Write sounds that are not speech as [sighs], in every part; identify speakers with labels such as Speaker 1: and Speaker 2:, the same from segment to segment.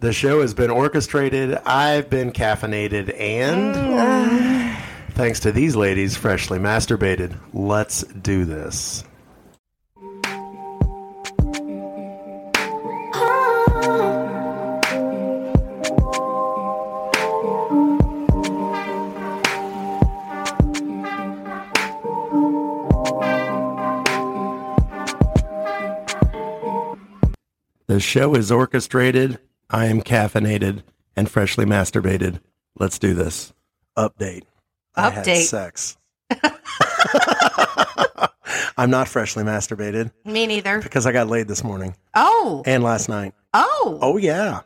Speaker 1: The show has been orchestrated. I've been caffeinated, and
Speaker 2: [sighs]
Speaker 1: thanks to these ladies, freshly masturbated. Let's do this. The show is orchestrated. I am caffeinated and freshly masturbated. Let's do this. Update. I had
Speaker 2: Update.
Speaker 1: sex. [laughs] I'm not freshly masturbated
Speaker 2: Me neither.
Speaker 1: because I got laid this morning
Speaker 2: Oh,
Speaker 1: and last night.
Speaker 2: oh.
Speaker 1: Oh yeah.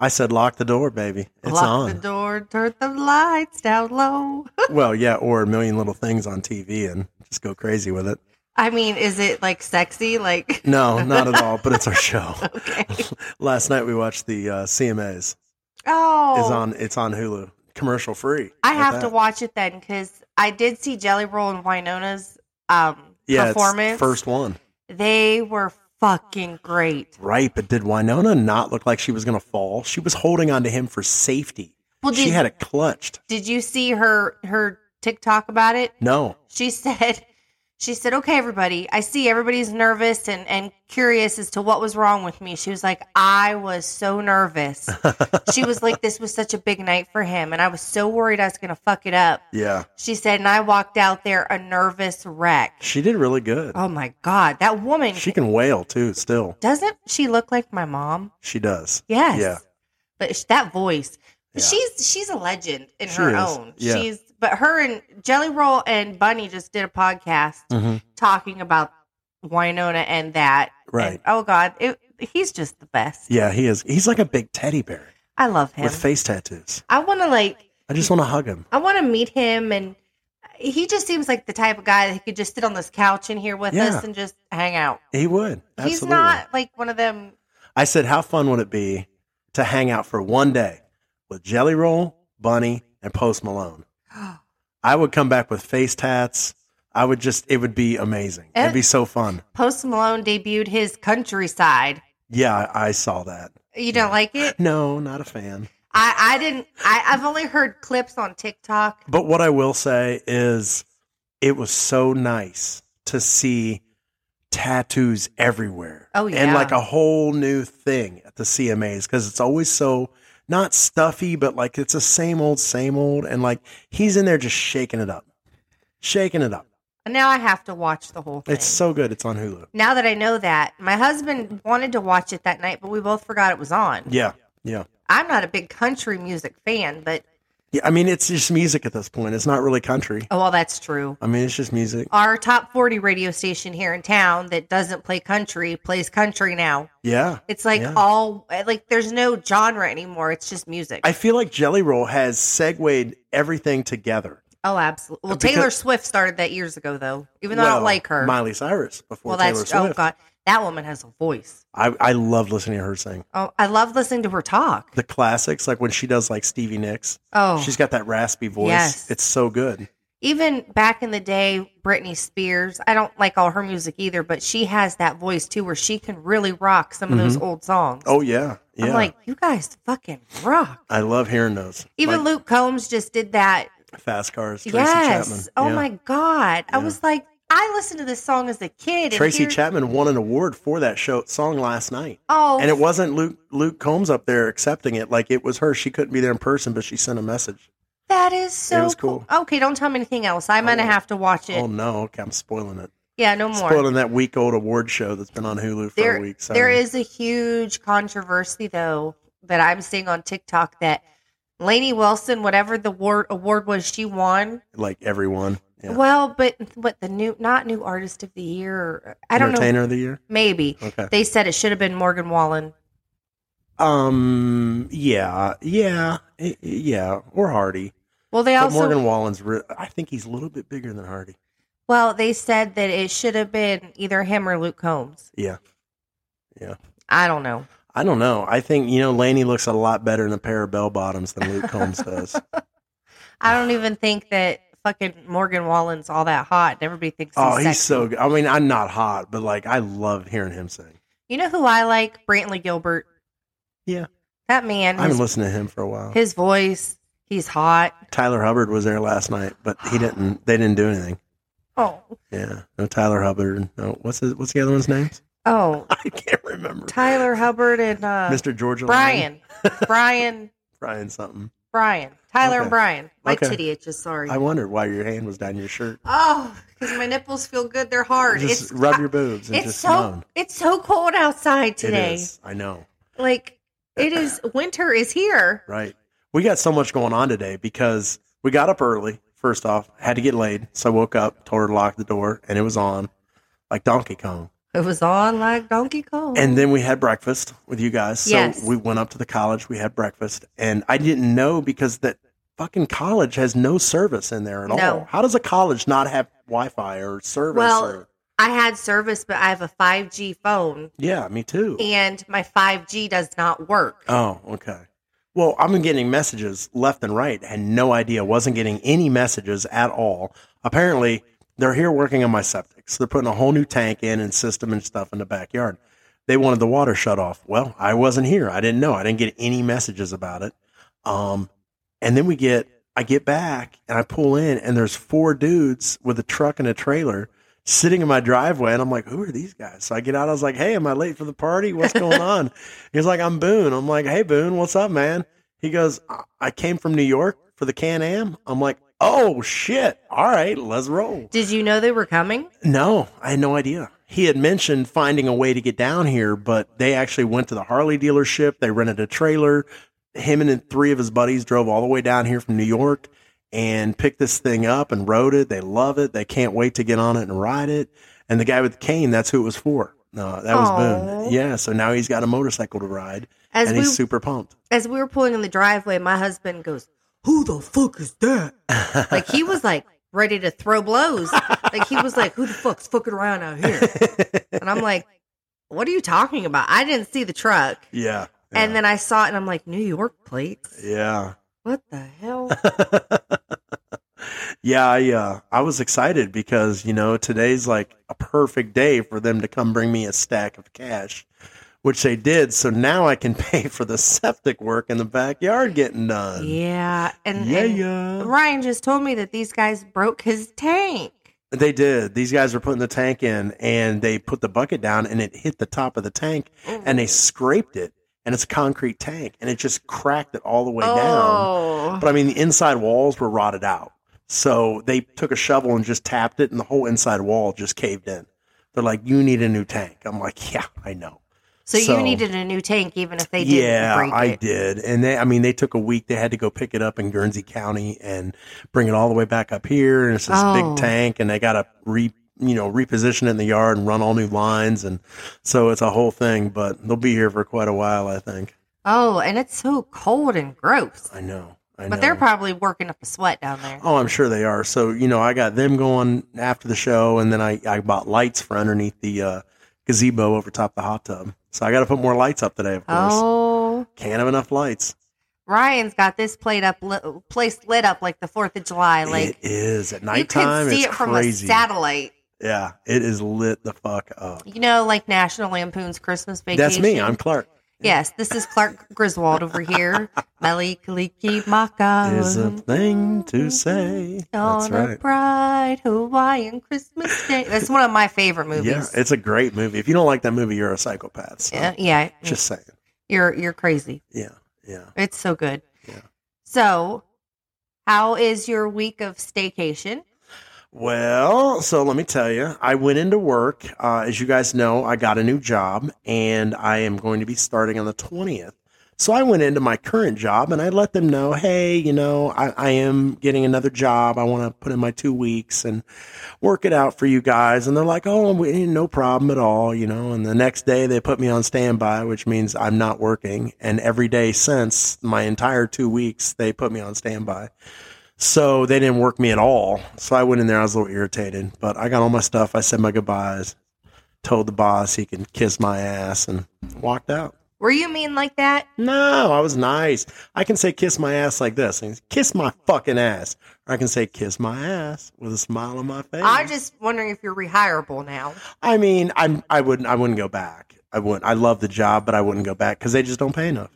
Speaker 1: I said lock the door, baby. It's
Speaker 2: Lock
Speaker 1: on.
Speaker 2: the door, turn the lights down low.
Speaker 1: Well, yeah, or a million little things on TV and just go crazy with it.
Speaker 2: I mean, is it like sexy? Like,
Speaker 1: No, not at all, but it's our show.
Speaker 2: [laughs] okay.
Speaker 1: Last night we watched the uh, CMAs.
Speaker 2: Oh,
Speaker 1: It's on it's on Hulu. Commercial free.
Speaker 2: I
Speaker 1: Like
Speaker 2: have to
Speaker 1: that.
Speaker 2: watch it then because I did see Jelly Roll and Winona's um,
Speaker 1: yeah, it's
Speaker 2: performance.
Speaker 1: first one.
Speaker 2: they were fucking great.
Speaker 1: Right, but did Winona not look like she was gonna fall? She was holding onto him for safety.
Speaker 2: Well, did,
Speaker 1: she had it clutched.
Speaker 2: did you see her her TikTok about it?
Speaker 1: No.
Speaker 2: she [laughs] said she said okay everybody i see everybody's nervous and and curious as to what was wrong with me she was like i was so nervous she was like this was such a big night for him and i was so worried i was gonna fuck it up
Speaker 1: Yeah.
Speaker 2: she said and i walked out there a nervous wreck
Speaker 1: She did really good.
Speaker 2: oh my god that woman
Speaker 1: She can wail too, still.
Speaker 2: doesn't she look like my mom
Speaker 1: She does.
Speaker 2: yes
Speaker 1: Yeah.
Speaker 2: but sh- that voice
Speaker 1: Yeah.
Speaker 2: she's she's a legend in
Speaker 1: She is.
Speaker 2: her own
Speaker 1: Yeah.
Speaker 2: she's but her and jelly roll and bunny just did a podcast
Speaker 1: hmm
Speaker 2: talking about Winona and that.
Speaker 1: Right.
Speaker 2: And, oh God, it, he's just the best.
Speaker 1: Yeah, he is he's like a big teddy bear
Speaker 2: I love him.
Speaker 1: with face tattoos.
Speaker 2: I want to like,
Speaker 1: I just want to hug him.
Speaker 2: I want to meet him, and he just seems like the type of guy that could just sit on this couch in here with
Speaker 1: Yeah.
Speaker 2: us and just hang out.
Speaker 1: He would. Absolutely.
Speaker 2: He's not like one of them.
Speaker 1: I said, how fun would it be to hang out for one day with Jelly Roll, Bunny, and Post
Speaker 2: [gasps]
Speaker 1: Malone? I would come back with face tats. I would just, it would be amazing. It'd be so fun.
Speaker 2: Post Malone debuted his countryside.
Speaker 1: Yeah, I I saw that.
Speaker 2: You don't like it?
Speaker 1: No, not a fan.
Speaker 2: I I didn't. I I've only heard clips on TikTok.
Speaker 1: But what I will say is, it was so nice to see tattoos everywhere.
Speaker 2: Oh,
Speaker 1: And
Speaker 2: yeah.
Speaker 1: like a whole new thing at the CMAs because it's always so not stuffy, but like it's the same old, same old. And like he's in there just shaking it up, shaking it up.
Speaker 2: And now I have to watch the whole thing.
Speaker 1: It's so good. It's on Hulu.
Speaker 2: now that I know that, my husband wanted to watch it that night, but we both forgot it was on.
Speaker 1: Yeah. Yeah.
Speaker 2: I'm not a big country music fan, but
Speaker 1: Yeah. I mean, it's just music at this point. It's not really country.
Speaker 2: oh, well, that's true.
Speaker 1: I mean, it's just music.
Speaker 2: Our top 40 radio station here in town that doesn't play country plays country now.
Speaker 1: Yeah.
Speaker 2: It's like
Speaker 1: Yeah.
Speaker 2: all, like, there's no genre anymore. It's just music.
Speaker 1: I feel like Jelly Roll has segued everything together.
Speaker 2: oh, absolutely. Well,
Speaker 1: Because-
Speaker 2: Taylor Swift started that years ago, though, even though I
Speaker 1: Well,
Speaker 2: don't like her.
Speaker 1: Miley Cyrus before
Speaker 2: well,
Speaker 1: Taylor
Speaker 2: that's, oh,
Speaker 1: Swift.
Speaker 2: God. That woman has a voice.
Speaker 1: I, I love listening to her sing
Speaker 2: Oh, I love listening to her talk.
Speaker 1: the classics, like when she does like Stevie Nicks.
Speaker 2: oh,
Speaker 1: She's got that raspy voice.
Speaker 2: Yes.
Speaker 1: It's so good.
Speaker 2: even back in the day, Britney Spears, I don't like all her music either, but she has that voice too where she can really rock some of those old songs.
Speaker 1: Oh yeah, yeah.
Speaker 2: I'm like, you guys fucking rock.
Speaker 1: I love hearing those. like,
Speaker 2: Even Luke Combs just did that.
Speaker 1: Fast Cars, Tracy Chapman.
Speaker 2: yes. Oh
Speaker 1: Yeah.
Speaker 2: my God. I
Speaker 1: Yeah.
Speaker 2: was like, I listened to this song as a kid. and
Speaker 1: Tracy
Speaker 2: here-
Speaker 1: Chapman won an award for that show song last night.
Speaker 2: Oh,
Speaker 1: And it wasn't Luke Luke Combs up there accepting it. Like it was her. She couldn't be there in person, but she sent a message.
Speaker 2: that is so
Speaker 1: was cool.
Speaker 2: cool. Okay, don't tell me anything else. I'm going to
Speaker 1: won't.
Speaker 2: have to watch it.
Speaker 1: Oh no, okay, I'm spoiling it.
Speaker 2: yeah, no more.
Speaker 1: Spoiling that week old award show that's been on Hulu for
Speaker 2: there,
Speaker 1: a week.
Speaker 2: there
Speaker 1: Sorry.
Speaker 2: is a huge controversy though that I'm seeing on TikTok that Lainey Wilson, whatever the award, award was she won.
Speaker 1: like everyone. Yeah.
Speaker 2: Well, but what the new not new artist of the year? I don't know.
Speaker 1: Entertainer of the year.
Speaker 2: Maybe
Speaker 1: Okay.
Speaker 2: they said it should have been Morgan Wallen.
Speaker 1: Um. Yeah. Yeah. y- Yeah. Or Hardy.
Speaker 2: Well, they
Speaker 1: But
Speaker 2: also
Speaker 1: Morgan Wallen's. Re- I think he's a little bit bigger than Hardy.
Speaker 2: well they said that it should have been either him or Luke Combs.
Speaker 1: Yeah.
Speaker 2: I don't know.
Speaker 1: I don't know. I think you know Laney looks a lot better in a pair of bell bottoms than Luke Combs
Speaker 2: [laughs]
Speaker 1: does.
Speaker 2: I don't even think that fucking Morgan Wallen's all that hot. and Everybody thinks.
Speaker 1: oh,
Speaker 2: he's
Speaker 1: he's
Speaker 2: sexy.
Speaker 1: so good. I mean, I'm not hot, but like I love hearing him sing.
Speaker 2: You know who I like? Brantley Gilbert.
Speaker 1: Yeah. uh,
Speaker 2: That man,
Speaker 1: I haven't
Speaker 2: his,
Speaker 1: listened to him for a while.
Speaker 2: his voice, he's hot.
Speaker 1: Tyler Hubbard was there last night, but he didn't. They didn't do anything.
Speaker 2: Oh,
Speaker 1: Yeah, no Tyler Hubbard. No, what's his, what's the other one's name?
Speaker 2: oh,
Speaker 1: [laughs] I can't remember.
Speaker 2: Tyler Hubbard and uh,
Speaker 1: Mr. Georgia Line?
Speaker 2: Brian, Brian,
Speaker 1: Brian something.
Speaker 2: Brian, Tyler
Speaker 1: Okay.
Speaker 2: and Brian. My
Speaker 1: Okay.
Speaker 2: titty itches. Sorry.
Speaker 1: I wondered why your hand was down your shirt.
Speaker 2: oh, because my nipples feel good. They're hard.
Speaker 1: Just
Speaker 2: it's
Speaker 1: rub your boobs and
Speaker 2: it's
Speaker 1: just
Speaker 2: so
Speaker 1: moan.
Speaker 2: it's so cold outside
Speaker 1: It
Speaker 2: today.
Speaker 1: is. I know.
Speaker 2: Like it is winter is here.
Speaker 1: Right. We got so much going on today because we got up early. First off, had to get laid, so I woke up, told her to lock the door, and it was on, like Donkey Kong.
Speaker 2: It was on like Donkey Kong.
Speaker 1: And then we had breakfast with you guys. So
Speaker 2: Yes.
Speaker 1: we went up to the college. We had breakfast, and I didn't know because that fucking college has no service in there at all.
Speaker 2: No.
Speaker 1: How does a college not have Wi-Fi or service?
Speaker 2: Well-
Speaker 1: or,
Speaker 2: I had service, but I have a 5G phone,
Speaker 1: yeah, me too.
Speaker 2: and my 5G does not work.
Speaker 1: Oh, okay. Well, I've been getting messages left and right. Had no idea. Wasn't getting any messages at all. Apparently, they're here working on my septic. So they're putting a whole new tank in and system and stuff in the backyard. They wanted the water shut off. Well, I wasn't here. I didn't know. I didn't get any messages about it. Um, and then we get, I get back and I pull in, and there's four dudes with a truck and a trailer sitting in my driveway. And I'm like, who are these guys? So I get out. I was like, hey, am I late for the party? What's going on? He's like, I'm Boone. I'm like, hey, Boone, what's up, man? He goes, I- I came from New York for the Can Am. I'm like, oh, shit. All right, let's roll.
Speaker 2: Did you know they were coming?
Speaker 1: No, I had no idea. He had mentioned finding a way to get down here, but they actually went to the Harley dealership. They rented a trailer. Him and three of his buddies drove all the way down here from New York and picked this thing up and rode it. They love it. They can't wait to get on it and ride it. And the guy with the cane, that's who it was for. No, that was
Speaker 2: Aw.
Speaker 1: Boone. Yeah, so now he's got a motorcycle to ride
Speaker 2: As
Speaker 1: and
Speaker 2: we
Speaker 1: he's super pumped.
Speaker 2: as we were pulling in the driveway, my husband goes, "Who the fuck is
Speaker 1: [laughs]
Speaker 2: that?" Like he was like ready to throw blows. Like he was like, "Who the fuck's fucking around out
Speaker 1: [laughs]
Speaker 2: here?" And I'm like, "What are you talking about? I didn't see the truck."
Speaker 1: yeah.
Speaker 2: And then I saw it, and I'm like, "New York plates?
Speaker 1: yeah.
Speaker 2: What the
Speaker 1: [laughs]
Speaker 2: hell?"
Speaker 1: yeah, I, uh, I was excited because, you know, today's like a perfect day for them to come bring me a stack of cash, which they did. So now I can [laughs] pay for the septic work in the backyard getting done.
Speaker 2: yeah, and
Speaker 1: yeah,
Speaker 2: and
Speaker 1: yeah.
Speaker 2: Ryan just told me that these guys broke his tank.
Speaker 1: They did. These guys were putting the tank in and they put the bucket down and it hit the top of the tank and
Speaker 2: Oh.
Speaker 1: they scraped it. And it's a concrete tank and it just cracked it all the way down.
Speaker 2: oh.
Speaker 1: But I mean, the inside walls were rotted out. So they took a shovel and just tapped it, and the whole inside wall just caved in. They're like, you need a new tank. I'm like, yeah, I know.
Speaker 2: So,
Speaker 1: So-
Speaker 2: you needed a new tank, even if they didn't
Speaker 1: yeah,
Speaker 2: break
Speaker 1: I
Speaker 2: it.
Speaker 1: did. And they, I mean, they took a week. They had to go pick it up in Guernsey County and bring it all the way back up here. And it's this
Speaker 2: Oh.
Speaker 1: big tank, and they got to re, you know, reposition it in the yard and run all new lines. And so it's a whole thing, but they'll be here for quite a while, I think.
Speaker 2: Oh, and it's so cold and gross.
Speaker 1: I know. I know.
Speaker 2: But they're probably working up a sweat down there.
Speaker 1: Oh, I'm sure they are. So, you know, I got them going after the show, and then I, I bought lights for underneath the uh, gazebo over top the hot tub. So I got to put more lights up today, of course.
Speaker 2: Oh,
Speaker 1: Can't have enough lights.
Speaker 2: Ryan's got this plate up, li- place lit up like the Fourth of July. Like
Speaker 1: it is at
Speaker 2: you
Speaker 1: nighttime.
Speaker 2: can see
Speaker 1: it's
Speaker 2: it from
Speaker 1: crazy.
Speaker 2: a satellite.
Speaker 1: yeah, it is lit the fuck up.
Speaker 2: You know, like National Lampoon's Christmas Vacation.
Speaker 1: That's me. I'm Clark.
Speaker 2: Yes, this is Clark Griswold
Speaker 1: [laughs]
Speaker 2: over here. Maliki Oh,
Speaker 1: There's a
Speaker 2: Maka
Speaker 1: thing to say. That's
Speaker 2: on a
Speaker 1: right.
Speaker 2: bright Hawaiian Christmas day. That's one of my favorite
Speaker 1: Yeah,
Speaker 2: movies.
Speaker 1: it's a great movie. If you don't like that movie, you're a psychopath. So
Speaker 2: yeah, yeah,
Speaker 1: Just saying.
Speaker 2: you're you're crazy.
Speaker 1: Yeah, yeah.
Speaker 2: It's so good.
Speaker 1: Yeah.
Speaker 2: So, how is your week of staycation?
Speaker 1: Well, so let me tell you, I went into work. Uh, as you guys know, I got a new job and I am going to be starting on the 20th. So I went into my current job and I let them know, hey, you know, I, I am getting another job. I want to put in my two weeks and work it out for you guys. And they're like, oh, we, no problem at all, you know. And the next day they put me on standby, which means I'm not working. And every day since my entire two weeks, they put me on standby. So they didn't work me at all. So I went in there. I was a little irritated, but I got all my stuff. I said my goodbyes, told the boss he can kiss my ass, and walked out.
Speaker 2: Were you mean like that?
Speaker 1: No, I was nice. I can say kiss my ass like this. and Kiss my fucking ass. Or I can say kiss my ass with a smile on my face.
Speaker 2: I'm just wondering if you're rehirable now.
Speaker 1: I mean, I'm I wouldn't I wouldn't go back. I wouldn't. I love the job, but I wouldn't go back because they just don't pay enough.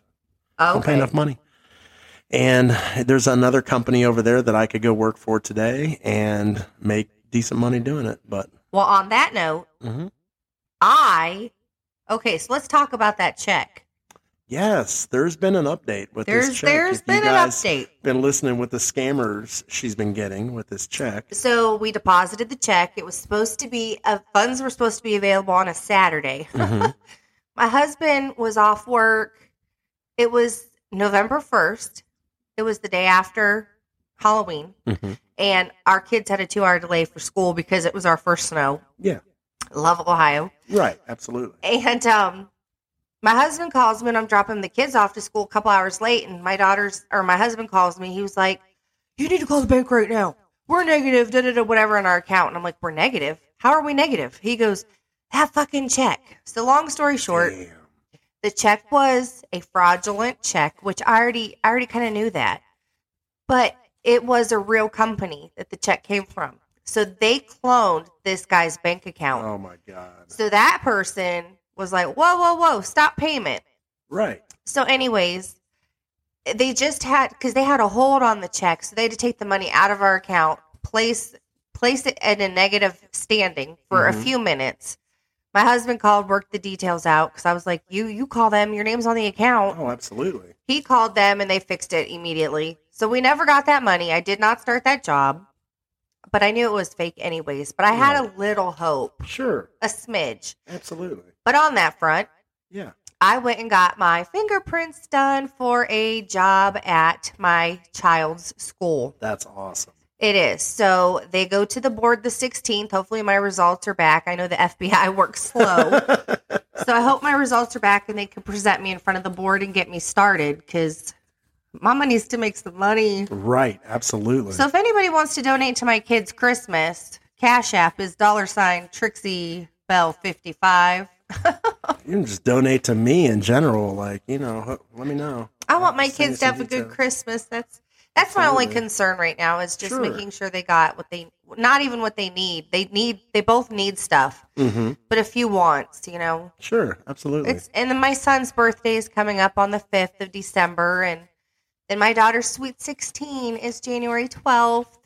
Speaker 1: I don't pay enough money. And there's another company over there that I could go work for today and make decent money doing it. But
Speaker 2: Well, on that note,
Speaker 1: Mhm.
Speaker 2: I okay. So let's talk about that check.
Speaker 1: yes, there's been an update with
Speaker 2: There's
Speaker 1: this check.
Speaker 2: there's
Speaker 1: If you
Speaker 2: been an
Speaker 1: guys
Speaker 2: update.
Speaker 1: Been listening with the scammers she's been getting with this
Speaker 2: [laughs]
Speaker 1: check.
Speaker 2: So we deposited the check. It was supposed to be uh, funds were supposed to be available on a Saturday.
Speaker 1: Mhm.
Speaker 2: My husband was off work. It was November first. It was the day after Halloween.
Speaker 1: Mhm.
Speaker 2: and our kids had a two hour delay for school because it was our first snow.
Speaker 1: Yeah.
Speaker 2: Love Ohio.
Speaker 1: Right, absolutely.
Speaker 2: And um my husband calls me and I'm dropping the kids off to school a couple hours late and my daughter's or my husband calls me. He was like, You need to call the bank right now. We're negative, da da da whatever in our account. And I'm like, We're negative. How are we negative? He goes, That fucking check. So long story short,
Speaker 1: Damn.
Speaker 2: the check was a fraudulent check, which I already I already kind of knew that. But it was a real company that the check came from. So they cloned this guy's bank account.
Speaker 1: Oh my god.
Speaker 2: So that person was like, "Whoa, whoa, whoa, stop payment."
Speaker 1: Right.
Speaker 2: So anyways, they just had cuz they had a hold on the check, so they had to take the money out of our account, place place it in a negative standing for a
Speaker 1: Mhm.
Speaker 2: few minutes. My husband called, worked the details out cuz I was like, "You you call them, your name's on the account."
Speaker 1: Oh, absolutely.
Speaker 2: He called them and they fixed it immediately. So we never got that money. I did not start that job, but I knew it was fake anyways. But I had a little hope,
Speaker 1: Sure.
Speaker 2: a smidge.
Speaker 1: Absolutely.
Speaker 2: But on that front,
Speaker 1: Yeah.
Speaker 2: I went and got my fingerprints done for a job at my child's school.
Speaker 1: That's awesome.
Speaker 2: It is. So they go to the board the 16th. Hopefully, my results are back. I know the [laughs] FBI works slow. so I hope my results are back and they can present me in front of the board and get me started because mama needs to make some money.
Speaker 1: right, absolutely.
Speaker 2: So if anybody wants to donate to my kids' Christmas, Cash App is dollar sign Trixie Bell 55.
Speaker 1: you can just donate to me in general. Like, you know, ho- let me know.
Speaker 2: I want my
Speaker 1: Send me
Speaker 2: kids to
Speaker 1: some
Speaker 2: have a good
Speaker 1: details.
Speaker 2: Christmas. That's that's my only
Speaker 1: Absolutely.
Speaker 2: concern right now is just
Speaker 1: Sure.
Speaker 2: making sure they got what they not even what they need. They need they both need stuff,
Speaker 1: Mm-hmm.
Speaker 2: but a few wants, you know.
Speaker 1: Sure, absolutely.
Speaker 2: It's and then my son's birthday is coming up on the fifth of December, and then my daughter's sweet sixteen is January twelfth.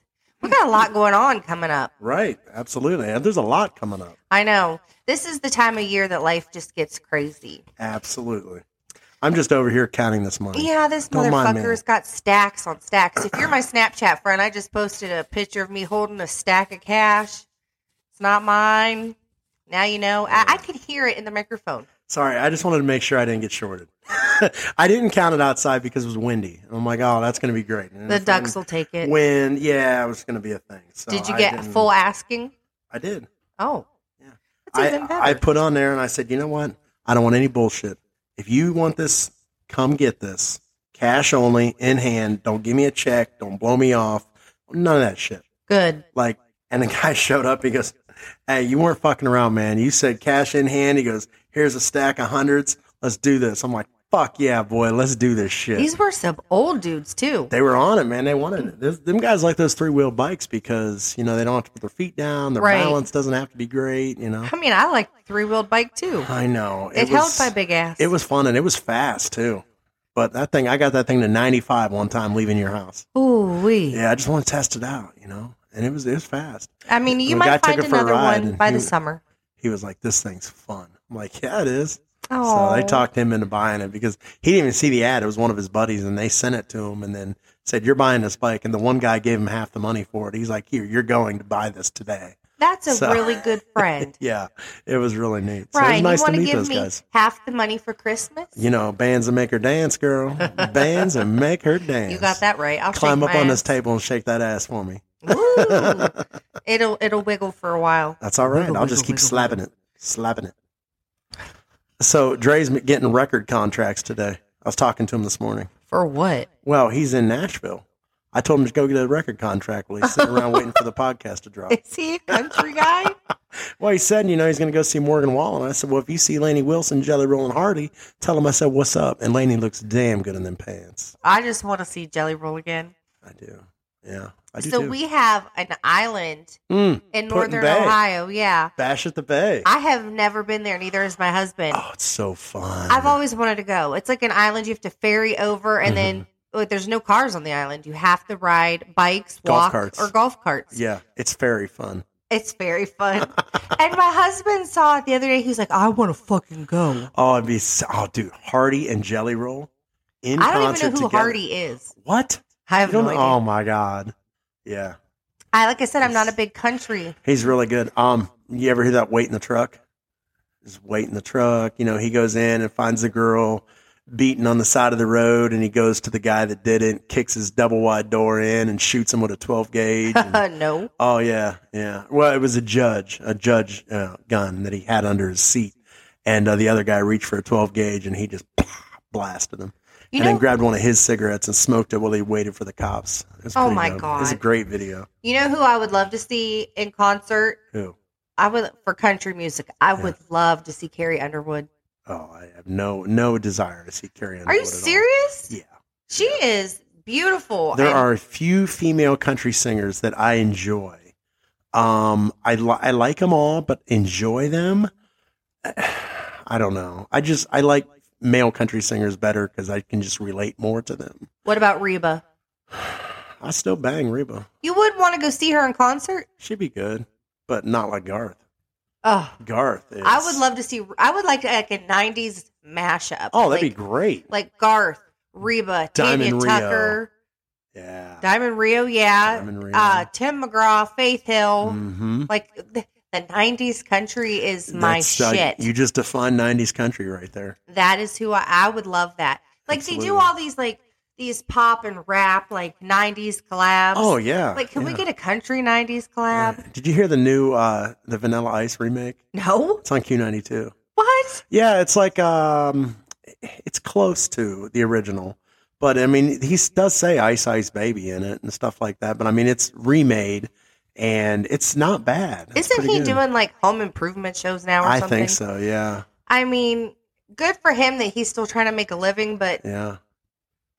Speaker 2: We got a
Speaker 1: [laughs]
Speaker 2: lot going on coming up.
Speaker 1: right, absolutely. And there's a lot coming up.
Speaker 2: I know this is the time of year that life just gets crazy.
Speaker 1: Absolutely. I'm just over here counting this money.
Speaker 2: Yeah, this
Speaker 1: Don't mind me.
Speaker 2: motherfucker's got stacks on stacks. If you're my Snapchat friend, I just posted a picture of me holding a stack of cash. It's not mine. Now you know. I, I could hear it in the microphone.
Speaker 1: Sorry, I just wanted to make sure I didn't get shorted. [laughs] I didn't count it outside because it was windy. And I'm like, oh, that's going to be great. And
Speaker 2: The
Speaker 1: if
Speaker 2: ducks will take it.
Speaker 1: Wind, yeah, it was going to be a thing. So
Speaker 2: Did you
Speaker 1: I
Speaker 2: get a
Speaker 1: didn't-
Speaker 2: full asking?
Speaker 1: I did.
Speaker 2: Oh,
Speaker 1: Yeah.
Speaker 2: That's even better.
Speaker 1: I, I put on there and I said, you know what? I don't want any bullshit. If you want this, come get this. Cash only, in hand. Don't give me a check. Don't blow me off. None of that shit.
Speaker 2: Good.
Speaker 1: Like, and the [laughs] guy showed up. He goes, hey, you weren't fucking around, man. You said cash in hand. He goes, here's a stack of hundreds. Let's do this. I'm like, fuck yeah, boy. Let's do this shit.
Speaker 2: These were some old dudes too.
Speaker 1: they were on it, man. They wanted it. Those, them guys like those three wheel bikes because you know they don't have to put their feet down. Their
Speaker 2: Right.
Speaker 1: balance doesn't have to be great. You know.
Speaker 2: I mean, I like three wheeled bike too.
Speaker 1: I know
Speaker 2: It, held my big ass.
Speaker 1: It was fun and it was fast too. But that thing, I got that thing to 95 one time leaving your house.
Speaker 2: Ooh wee.
Speaker 1: Yeah, I just want to test it out, you know. And it was it was fast.
Speaker 2: I mean, you
Speaker 1: The guy
Speaker 2: might
Speaker 1: took
Speaker 2: find
Speaker 1: it for a
Speaker 2: another
Speaker 1: ride
Speaker 2: one
Speaker 1: and
Speaker 2: by
Speaker 1: he
Speaker 2: the
Speaker 1: was-
Speaker 2: summer.
Speaker 1: He was like, "This thing's fun." I'm like, "Yeah, it is."
Speaker 2: Oh,
Speaker 1: So they talked him into buying it because he didn't even see the ad. It was one of his buddies, and they sent it to him, and then said, "You're buying this bike." And the one guy gave him half the money for it. He's like, "Here, you're going to buy this today."
Speaker 2: That's a
Speaker 1: So-
Speaker 2: really
Speaker 1: [laughs]
Speaker 2: good friend.
Speaker 1: Yeah, it was really neat. So it
Speaker 2: Brian,
Speaker 1: was
Speaker 2: you
Speaker 1: nice
Speaker 2: want
Speaker 1: to
Speaker 2: to
Speaker 1: meet
Speaker 2: give
Speaker 1: those
Speaker 2: me
Speaker 1: guys.
Speaker 2: half the money for Christmas?
Speaker 1: You know, bands that make her dance,
Speaker 2: [laughs]
Speaker 1: girl. bands that make her dance.
Speaker 2: You got that right. I'll
Speaker 1: climb
Speaker 2: shake
Speaker 1: up
Speaker 2: my
Speaker 1: on
Speaker 2: ass.
Speaker 1: this table and shake that ass for me. [laughs]
Speaker 2: Ooh. it'll it'll wiggle for a while.
Speaker 1: That's all right.
Speaker 3: Wiggle,
Speaker 1: I'll just keep
Speaker 3: wiggle, wiggle,
Speaker 1: slapping it, slapping it. So Dre's m- getting record contracts today. I was talking to him this morning.
Speaker 2: For what?
Speaker 1: Well, he's in Nashville. I told him to go get a record contract while he's sitting
Speaker 2: [laughs]
Speaker 1: around waiting for the podcast to drop.
Speaker 2: Is he a country [laughs] guy?
Speaker 1: Well, he said, you know, he's going to go see Morgan Wallen. I said, well, if you see Laney Wilson, Jelly Roll, and Hardy, tell him I said, what's up? And Laney looks damn good in them pants.
Speaker 2: I just want to see Jelly Roll again.
Speaker 1: I do. Yeah. I do
Speaker 2: So
Speaker 1: too.
Speaker 2: we have an island
Speaker 1: Mm,
Speaker 2: in
Speaker 1: Put in
Speaker 2: northern
Speaker 1: Bay.
Speaker 2: Ohio. Yeah.
Speaker 1: bash at the bay.
Speaker 2: I have never been there, neither has my husband.
Speaker 1: oh, it's so fun.
Speaker 2: I've always wanted to go. It's like an island you have to ferry over, and then
Speaker 1: Mm-hmm.
Speaker 2: like, there's no cars on the island. You have to ride bikes,
Speaker 1: Golf
Speaker 2: walk,
Speaker 1: carts.
Speaker 2: or golf carts.
Speaker 1: yeah, it's very fun.
Speaker 2: It's very fun.
Speaker 1: [laughs]
Speaker 2: and my husband saw it the other day. He was like, I want to fucking go.
Speaker 1: Oh, it'd be so, oh, dude, Hardy and Jelly Roll in
Speaker 2: I don't
Speaker 1: concert
Speaker 2: even know who
Speaker 1: together.
Speaker 2: Hardy is.
Speaker 1: What?
Speaker 2: I have
Speaker 1: You
Speaker 2: no
Speaker 1: don't know-
Speaker 2: idea.
Speaker 1: oh my god. Yeah,
Speaker 2: I like I said, I'm not a big country.
Speaker 1: he's really good. Um, you ever hear that wait in the truck? Just wait in the truck. You know, he goes in and finds the girl beaten on the side of the road, and he goes to the guy that did it, kicks his double wide door in, and shoots him with a twelve gauge. and-
Speaker 2: [laughs] uh, no.
Speaker 1: Oh yeah, yeah. Well, it was a judge, a judge uh, gun that he had under his seat, and uh, the other guy reached for a twelve gauge, and he just [laughs] blasted him,
Speaker 2: You
Speaker 1: and
Speaker 2: know,
Speaker 1: then grabbed one of his cigarettes and smoked it while he waited for the cops. It was
Speaker 2: Oh,
Speaker 1: pretty
Speaker 2: my
Speaker 1: dope. it was a
Speaker 2: God.
Speaker 1: great video.
Speaker 2: you know who I would love to see in concert?
Speaker 1: Who?
Speaker 2: I would for country music. I
Speaker 1: Yeah.
Speaker 2: would love to see Carrie Underwood.
Speaker 1: Oh, I have no no desire to see Carrie.
Speaker 2: Are
Speaker 1: Underwood
Speaker 2: you
Speaker 1: at all.
Speaker 2: serious?
Speaker 1: Yeah.
Speaker 2: She is beautiful.
Speaker 1: There
Speaker 2: and-
Speaker 1: are a few female country singers that I enjoy. Um, I li- I like them all, but enjoy them. [sighs] I don't know. I just I like male country singers better because I can just relate more to them. [sighs]
Speaker 2: What about Reba?
Speaker 1: I still bang Reba.
Speaker 2: You would want to go see her in concert.
Speaker 1: She'd be good, but not like Garth.
Speaker 2: Oh,
Speaker 1: Garth. Is,
Speaker 2: I would love to see. I would like like a '90s mashup.
Speaker 1: Oh, that'd
Speaker 2: like,
Speaker 1: be great.
Speaker 2: like Garth, Reba,
Speaker 1: Diamond
Speaker 2: Tanya
Speaker 1: Rio.
Speaker 2: Tucker,
Speaker 1: Yeah.
Speaker 2: Diamond Rio, yeah,
Speaker 1: Diamond Rio.
Speaker 2: Uh, Tim McGraw, Faith Hill.
Speaker 1: Mhm.
Speaker 2: Like the, the '90s country is my
Speaker 1: That's, uh,
Speaker 2: shit.
Speaker 1: you just define '90s country right there.
Speaker 2: that is who I, I would love. That like they do
Speaker 1: Absolutely.
Speaker 2: all these like these pop and rap like '90s collabs.
Speaker 1: Oh yeah.
Speaker 2: like can we
Speaker 1: yeah.
Speaker 2: get a country '90s collab?
Speaker 1: Right. Did you hear the new uh the Vanilla Ice remake?
Speaker 2: No,
Speaker 1: It's on Q92.
Speaker 2: what?
Speaker 1: Yeah, it's like um it's close to the original. But I mean, he s- does say Ice Ice Baby in it and stuff like that, but I mean, it's remade and it's not bad. It's
Speaker 2: Isn't
Speaker 1: pretty
Speaker 2: he
Speaker 1: good.
Speaker 2: doing like home improvement shows now or
Speaker 1: I
Speaker 2: something?
Speaker 1: think so. Yeah.
Speaker 2: I mean, good for him that he's still trying to make a living, but
Speaker 1: Yeah.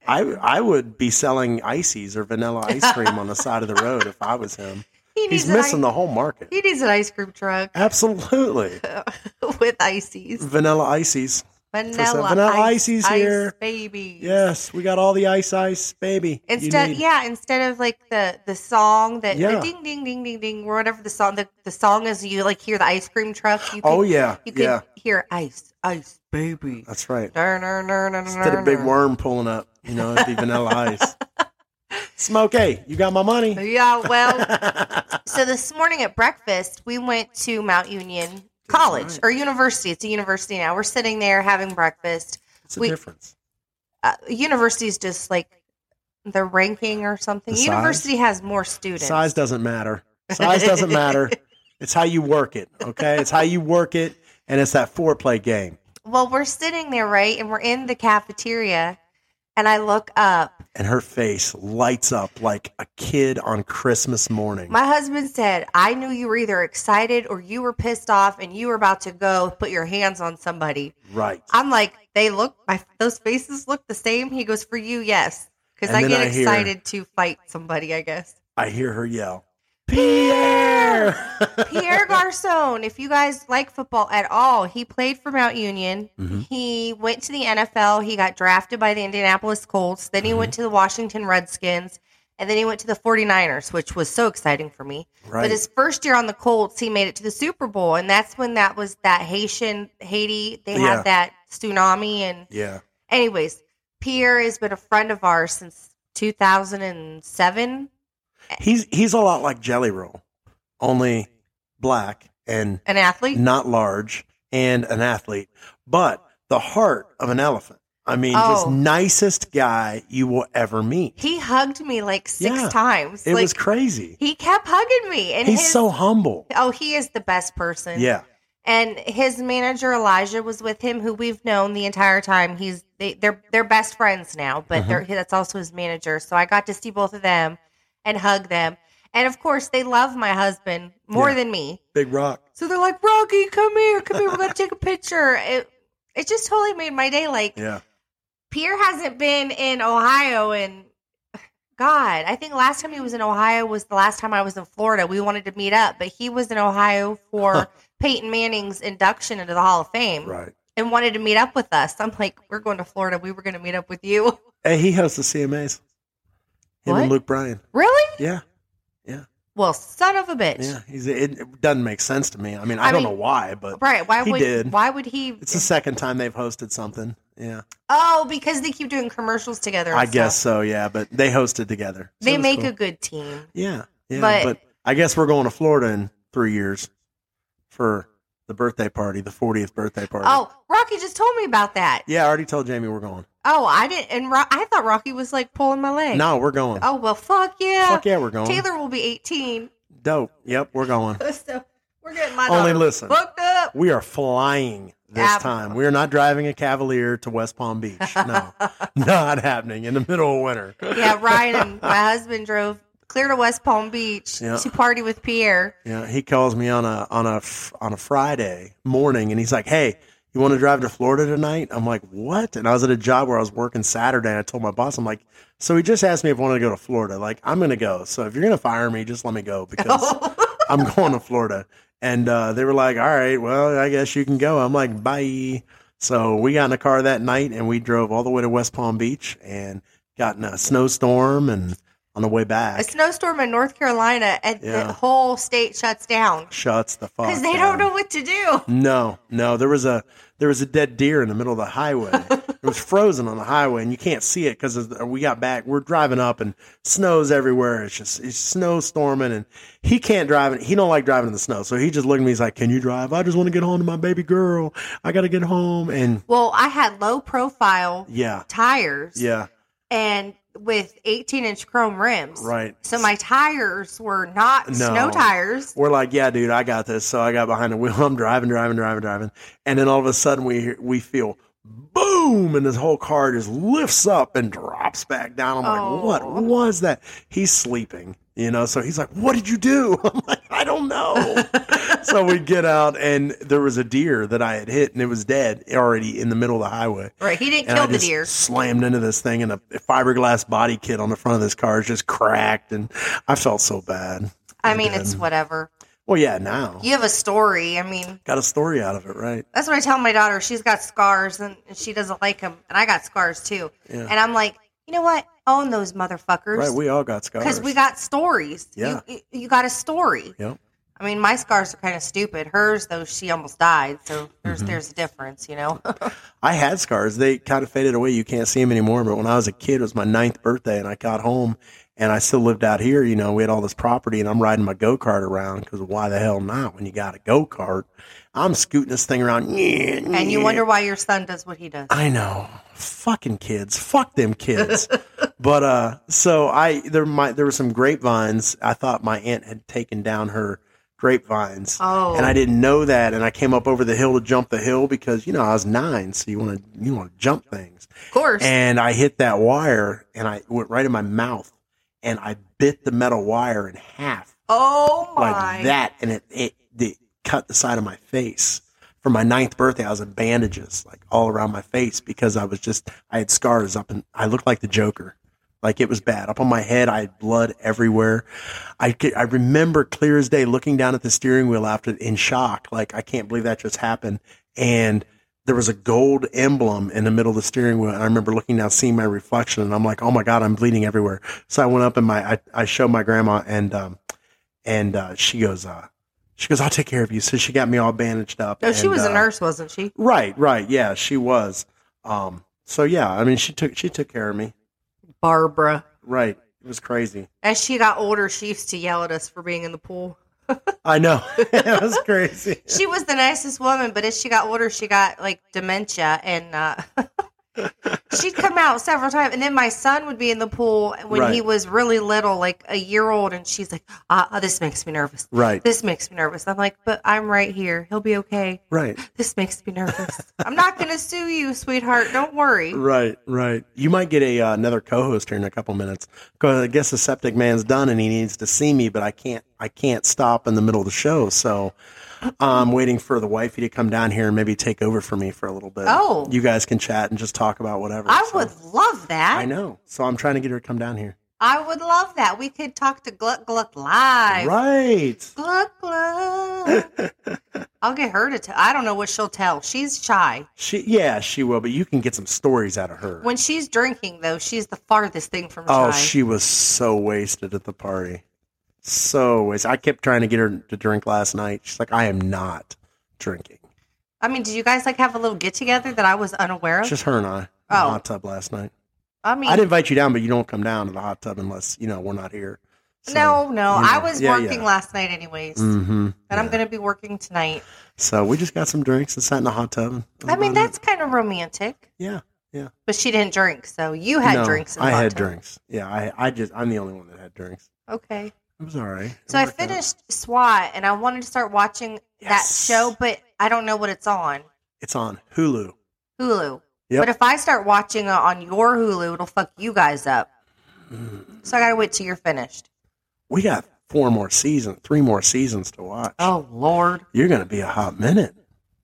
Speaker 1: I I would be selling ices or vanilla ice cream on the side of the road if I was him.
Speaker 2: he needs
Speaker 1: He's
Speaker 2: an
Speaker 1: missing
Speaker 2: ice-
Speaker 1: the whole market.
Speaker 2: he needs an ice cream truck
Speaker 1: Absolutely.
Speaker 2: [laughs] with ices.
Speaker 1: Vanilla ices.
Speaker 2: Vanilla,
Speaker 1: Vanilla
Speaker 2: ice,
Speaker 1: ices
Speaker 2: ice
Speaker 1: here.
Speaker 2: baby.
Speaker 1: Yes, we got all the ice ice baby. you
Speaker 2: Instead,
Speaker 1: need.
Speaker 2: yeah, instead of like the the song that
Speaker 1: Yeah.
Speaker 2: the ding ding ding ding ding or whatever the song the, the song is, you like hear the ice cream truck. You could,
Speaker 1: Oh yeah,
Speaker 2: you could
Speaker 1: yeah.
Speaker 2: hear ice ice baby.
Speaker 1: That's right.
Speaker 2: Dur, dur, dur, dur,
Speaker 1: Instead
Speaker 2: dur,
Speaker 1: of big
Speaker 2: dur.
Speaker 1: worm pulling up, you know, it'd be vanilla ice.
Speaker 2: [laughs]
Speaker 1: Smokey, you got my money.
Speaker 2: Yeah, well,
Speaker 1: [laughs]
Speaker 2: So this morning at breakfast, we went to Mount Union College
Speaker 1: right.
Speaker 2: or university. It's a university now. We're sitting there having breakfast.
Speaker 1: It's a
Speaker 2: We-
Speaker 1: difference.
Speaker 2: Uh, university is just like the ranking or something.
Speaker 1: The size?
Speaker 2: university has more students.
Speaker 1: Size doesn't matter. Size doesn't
Speaker 2: [laughs]
Speaker 1: matter. It's how you work it. Okay, it's how you work it, and it's that foreplay game.
Speaker 2: Well, we're sitting there, right? And we're in the cafeteria, and I look up.
Speaker 1: And her face lights up like a kid on Christmas morning.
Speaker 2: My husband said, I knew you were either excited or you were pissed off and you were about to go put your hands on somebody.
Speaker 1: right.
Speaker 2: I'm like, they look, my, those faces look the same. He goes, for you, yes. Because
Speaker 1: And
Speaker 2: I
Speaker 1: then
Speaker 2: get
Speaker 1: I hear-
Speaker 2: excited to fight somebody, I guess.
Speaker 1: I hear her yell, Pierre. [laughs]
Speaker 2: Pierre Garcon, if you guys like football at all, he played for Mount Union.
Speaker 1: Mhm.
Speaker 2: He went to the NFL. He got drafted by the Indianapolis Colts. Then he went
Speaker 1: Mm-hmm.
Speaker 2: to the Washington Redskins. And then he went to the 49ers, which was so exciting for me. But
Speaker 1: right.
Speaker 2: his first year on the Colts, he made it to the Super Bowl. And that's when that was that Haitian, Haiti, they
Speaker 1: Yeah.
Speaker 2: had that tsunami and
Speaker 1: yeah.
Speaker 2: anyways, Pierre has been a friend of ours since 2007
Speaker 1: He's he's a lot like Jelly Roll, only black and
Speaker 2: an athlete.
Speaker 1: not large and an athlete, but the heart of an elephant. I mean, just
Speaker 2: Oh.
Speaker 1: nicest guy you will ever meet.
Speaker 2: He hugged me like six
Speaker 1: Yeah.
Speaker 2: times.
Speaker 1: It
Speaker 2: like
Speaker 1: was crazy.
Speaker 2: he kept hugging me and
Speaker 1: He's
Speaker 2: his,
Speaker 1: so humble.
Speaker 2: Oh, he is the best person.
Speaker 1: Yeah.
Speaker 2: And his manager Elijah was with him who we've known the entire time. He's they they're they're best friends now, but
Speaker 1: Mhm.
Speaker 2: they're, that's also his manager. So I got to see both of them and hug them. And of course, they love my husband more
Speaker 1: Yeah.
Speaker 2: than me.
Speaker 1: Big rock.
Speaker 2: So they're like, Rocky, come here, come here, we're gonna take a picture. It it just totally made my day. Like
Speaker 1: Yeah.
Speaker 2: Pierre hasn't been in Ohio in God, I think last time he was in Ohio was the last time I was in Florida. We wanted to meet up, but he was in Ohio for Peyton Manning's induction into the Hall of Fame
Speaker 1: Right.
Speaker 2: and wanted to meet up with us. I'm like, we're going to Florida. We were going to meet up with you. [laughs]
Speaker 1: Hey, he hosts the CMAs. Him
Speaker 2: What?
Speaker 1: and Luke Bryan.
Speaker 2: Really?
Speaker 1: Yeah,
Speaker 2: Well, son of a bitch.
Speaker 1: yeah. He's it, it doesn't make sense to me. I mean, I,
Speaker 2: I
Speaker 1: don't
Speaker 2: mean-
Speaker 1: know why, but
Speaker 2: Right? Why
Speaker 1: He
Speaker 2: would
Speaker 1: did.
Speaker 2: why would he?
Speaker 1: it's the second time they've hosted something. Yeah,
Speaker 2: Oh, because they keep doing commercials together. and
Speaker 1: I
Speaker 2: stuff.
Speaker 1: guess so. Yeah, but they hosted together. So
Speaker 2: they
Speaker 1: it was
Speaker 2: make
Speaker 1: cool.
Speaker 2: a good team.
Speaker 1: yeah, yeah. But,
Speaker 2: but-
Speaker 1: I guess we're going to Florida in three years for the birthday party, the 40th birthday party.
Speaker 2: Oh, Rocky just told me about that.
Speaker 1: yeah. I already told Jamie we're going.
Speaker 2: Oh, I didn't. And Ro- I thought Rocky was like pulling my leg.
Speaker 1: No, we're going.
Speaker 2: Oh well, fuck yeah.
Speaker 1: Fuck yeah, we're going.
Speaker 2: Taylor will be 18,
Speaker 1: Dope. Yep, we're going.
Speaker 2: [laughs] so we're getting my
Speaker 1: Only
Speaker 2: daughter
Speaker 1: listen.
Speaker 2: booked up.
Speaker 1: We are flying this
Speaker 2: Ab-
Speaker 1: time. We are not driving a Cavalier to West Palm Beach.
Speaker 2: [laughs]
Speaker 1: No, not happening in the middle of winter.
Speaker 2: Yeah, Ryan and my husband drove clear to West Palm Beach
Speaker 1: Yeah.
Speaker 2: to party with Pierre.
Speaker 1: Yeah, he calls me on a on a f- on a Friday morning, and he's like, "Hey, you want to drive to Florida tonight?" I'm like, "What?" And I was at a job where I was working Saturday, and I told my boss, "I'm like, so he just asked me if I wanted to go to Florida. Like, I'm gonna go. So if you're gonna fire me, just let me go
Speaker 2: [laughs]
Speaker 1: because I'm going to Florida." And uh, they were like, "All right, well, I guess you can go." I'm like, "Bye." So we got in a car that night, and we drove all the way to West Palm Beach, and got in a snowstorm, and on the way
Speaker 2: A
Speaker 1: back,
Speaker 2: snowstorm in North Carolina, and
Speaker 1: Yeah.
Speaker 2: the whole state shuts down
Speaker 1: shuts the fuck
Speaker 2: because they don't
Speaker 1: down.
Speaker 2: know what to do.
Speaker 1: No, no. There was a there was a dead deer in the middle of the highway. it was frozen on the highway, and you can't see it because we got back. We're driving up, and snow's everywhere. It's just it's snowstorming, and he can't drive. and He don't like driving in the snow, so he just looked at me. He's like, "Can you drive? I just want to get home to my baby girl. I got to get home." And
Speaker 2: Well, I had low profile
Speaker 1: yeah,
Speaker 2: tires,
Speaker 1: yeah,
Speaker 2: and with 18 inch chrome rims,
Speaker 1: right.
Speaker 2: So my tires were not
Speaker 1: No.
Speaker 2: snow tires.
Speaker 1: we're like, yeah, dude, I got this. So I got behind the wheel. [laughs] I'm driving, driving, driving, driving, and then all of a sudden we hear- we feel boom, and this whole car just lifts up and drops back down. I'm like,
Speaker 2: Oh.
Speaker 1: what was that? He's sleeping, you know. So he's like, what did you do? [laughs] I'm like, I don't
Speaker 2: [laughs]
Speaker 1: know. so we get out, and there was a deer that I had hit, and it was dead already in the middle of the highway.
Speaker 2: Right, he didn't
Speaker 1: And
Speaker 2: kill
Speaker 1: I
Speaker 2: the
Speaker 1: just
Speaker 2: deer.
Speaker 1: slammed into this thing, and the fiberglass body kit on the front of this car is just cracked, and I felt so bad.
Speaker 2: I mean,
Speaker 1: did.
Speaker 2: it's whatever.
Speaker 1: Well, yeah, now
Speaker 2: You have a story. I mean,
Speaker 1: got a story out of it, right?
Speaker 2: that's what I tell my daughter. She's got scars and and she doesn't like them. And I got scars too.
Speaker 1: Yeah.
Speaker 2: And I'm like, you know what? Own those
Speaker 1: Right.
Speaker 2: motherfuckers.
Speaker 1: We all got scars.
Speaker 2: Because we got stories.
Speaker 1: Yeah.
Speaker 2: You, you, you got a story.
Speaker 1: Yep.
Speaker 2: I mean, my scars are kind of stupid. Hers, though, she almost died. So there's
Speaker 1: Mm-hmm.
Speaker 2: there's a difference,
Speaker 1: [laughs]
Speaker 2: you know?
Speaker 1: I had scars. They kind of faded away. You can't see them anymore. But when I was a kid, it was my ninth birthday, and I got home, and I still lived out here. You know, we had all this property, and I'm riding my go kart around because why the hell not? When you got a go kart, I'm scooting this thing around, [laughs]
Speaker 2: and you wonder why your son does what he does.
Speaker 1: I know. Fucking kids. Fuck them kids. but uh so I there my there were some grapevines. I thought my aunt had taken down her grapevines.
Speaker 2: Oh.
Speaker 1: And I didn't know that and I came up over the hill to jump the hill because you know, I was 9, so you want to you want to jump things.
Speaker 2: Of course.
Speaker 1: And I hit that wire and I went right in my mouth and I bit the metal wire in half
Speaker 2: oh, my.
Speaker 1: like that, and it, it it cut the side of my face. For my ninth birthday, I was in bandages like all around my face because I was just I had scars up and I looked like the Joker. Like it was bad. Up on my head, I had blood everywhere. I, could- I remember clear as day looking down at the steering wheel after in shock. Like, I can't believe that just happened. And there was a gold emblem in the middle of the steering wheel. And I remember looking down, seeing my reflection. And I'm like, oh my God, I'm bleeding everywhere. So I went up and my, I, I showed my grandma and, um, and uh, she goes, uh, she goes, I'll take care of you. So she got me all bandaged up.
Speaker 2: No, Oh, she
Speaker 1: and,
Speaker 2: was
Speaker 1: uh,
Speaker 2: a nurse, wasn't she?
Speaker 1: Right, right. Yeah, she was. Um, so yeah, I mean, she took, she took care of me.
Speaker 2: Barbara.
Speaker 1: Right. It was crazy.
Speaker 2: As she got older, she used to yell at us for being in the pool.
Speaker 1: I know. [laughs] it was crazy.
Speaker 2: She was the nicest woman, but as she got older, she got like dementia, and uh, [laughs] she'd come out several times. And then my son would be in the pool when he
Speaker 1: Right.
Speaker 2: was really little, like a year old, and she's like, uh, uh, "This makes me nervous.
Speaker 1: Right.
Speaker 2: This makes me nervous." I'm like, "But I'm right here. He'll be okay.
Speaker 1: Right.
Speaker 2: This makes me nervous. I'm not going to sue you, sweetheart. Don't worry."
Speaker 1: Right, right. You might get a uh, another co-host here in a couple minutes. 'Cause I guess the septic man's done and he needs to see me, but I can't. I can't stop in the middle of the show, so I'm waiting for the wifey to come down here and maybe take over for me for a little bit.
Speaker 2: Oh.
Speaker 1: you guys can chat and just talk about whatever.
Speaker 2: I
Speaker 1: so.
Speaker 2: would love that.
Speaker 1: I know. So I'm trying to get her to come down here.
Speaker 2: I would love that. We could talk to Gluck Gluck live.
Speaker 1: Right.
Speaker 2: Gluck Gluck. I'll get her to tell. I don't know what she'll tell. She's shy.
Speaker 1: she yeah, she will, but you can get some stories out of her.
Speaker 2: When she's drinking, though, she's the farthest thing from shy.
Speaker 1: oh, she was so wasted at the party. So wasted. I kept trying to get her to drink last night. She's like, I am not drinking.
Speaker 2: I mean, did you guys like have a little get together that I was unaware of?
Speaker 1: Just her and I in the
Speaker 2: Oh.
Speaker 1: hot tub last night.
Speaker 2: I mean,
Speaker 1: I'd invite you down, but you don't come down to the hot tub unless, you know, we're not here.
Speaker 2: no, no.
Speaker 1: you know,
Speaker 2: I was
Speaker 1: yeah, yeah.
Speaker 2: working last night, anyways,
Speaker 1: Mm-hmm.
Speaker 2: and I'm going to be working tonight.
Speaker 1: So we just got some drinks and sat in the hot tub.
Speaker 2: I mean,
Speaker 1: About it.
Speaker 2: that's kind of romantic.
Speaker 1: yeah.
Speaker 2: But she didn't drink, so you had
Speaker 1: No,
Speaker 2: drinks. In the
Speaker 1: I
Speaker 2: hot
Speaker 1: had
Speaker 2: tub.
Speaker 1: drinks. Yeah, I, I just, I'm the only one that had drinks.
Speaker 2: Okay.
Speaker 1: It was all right. It
Speaker 2: So I
Speaker 1: worked out.
Speaker 2: finished SWAT, and I wanted to start watching
Speaker 1: Yes.
Speaker 2: that show, but I don't know what it's on
Speaker 1: It's on Hulu.
Speaker 2: Hulu.
Speaker 1: Yep.
Speaker 2: But if I start watching it on your Hulu, it'll fuck you guys up. So I gotta wait till you're finished.
Speaker 1: We got four more seasons, three more seasons to watch.
Speaker 2: Oh Lord,
Speaker 1: You're going to be a hot minute.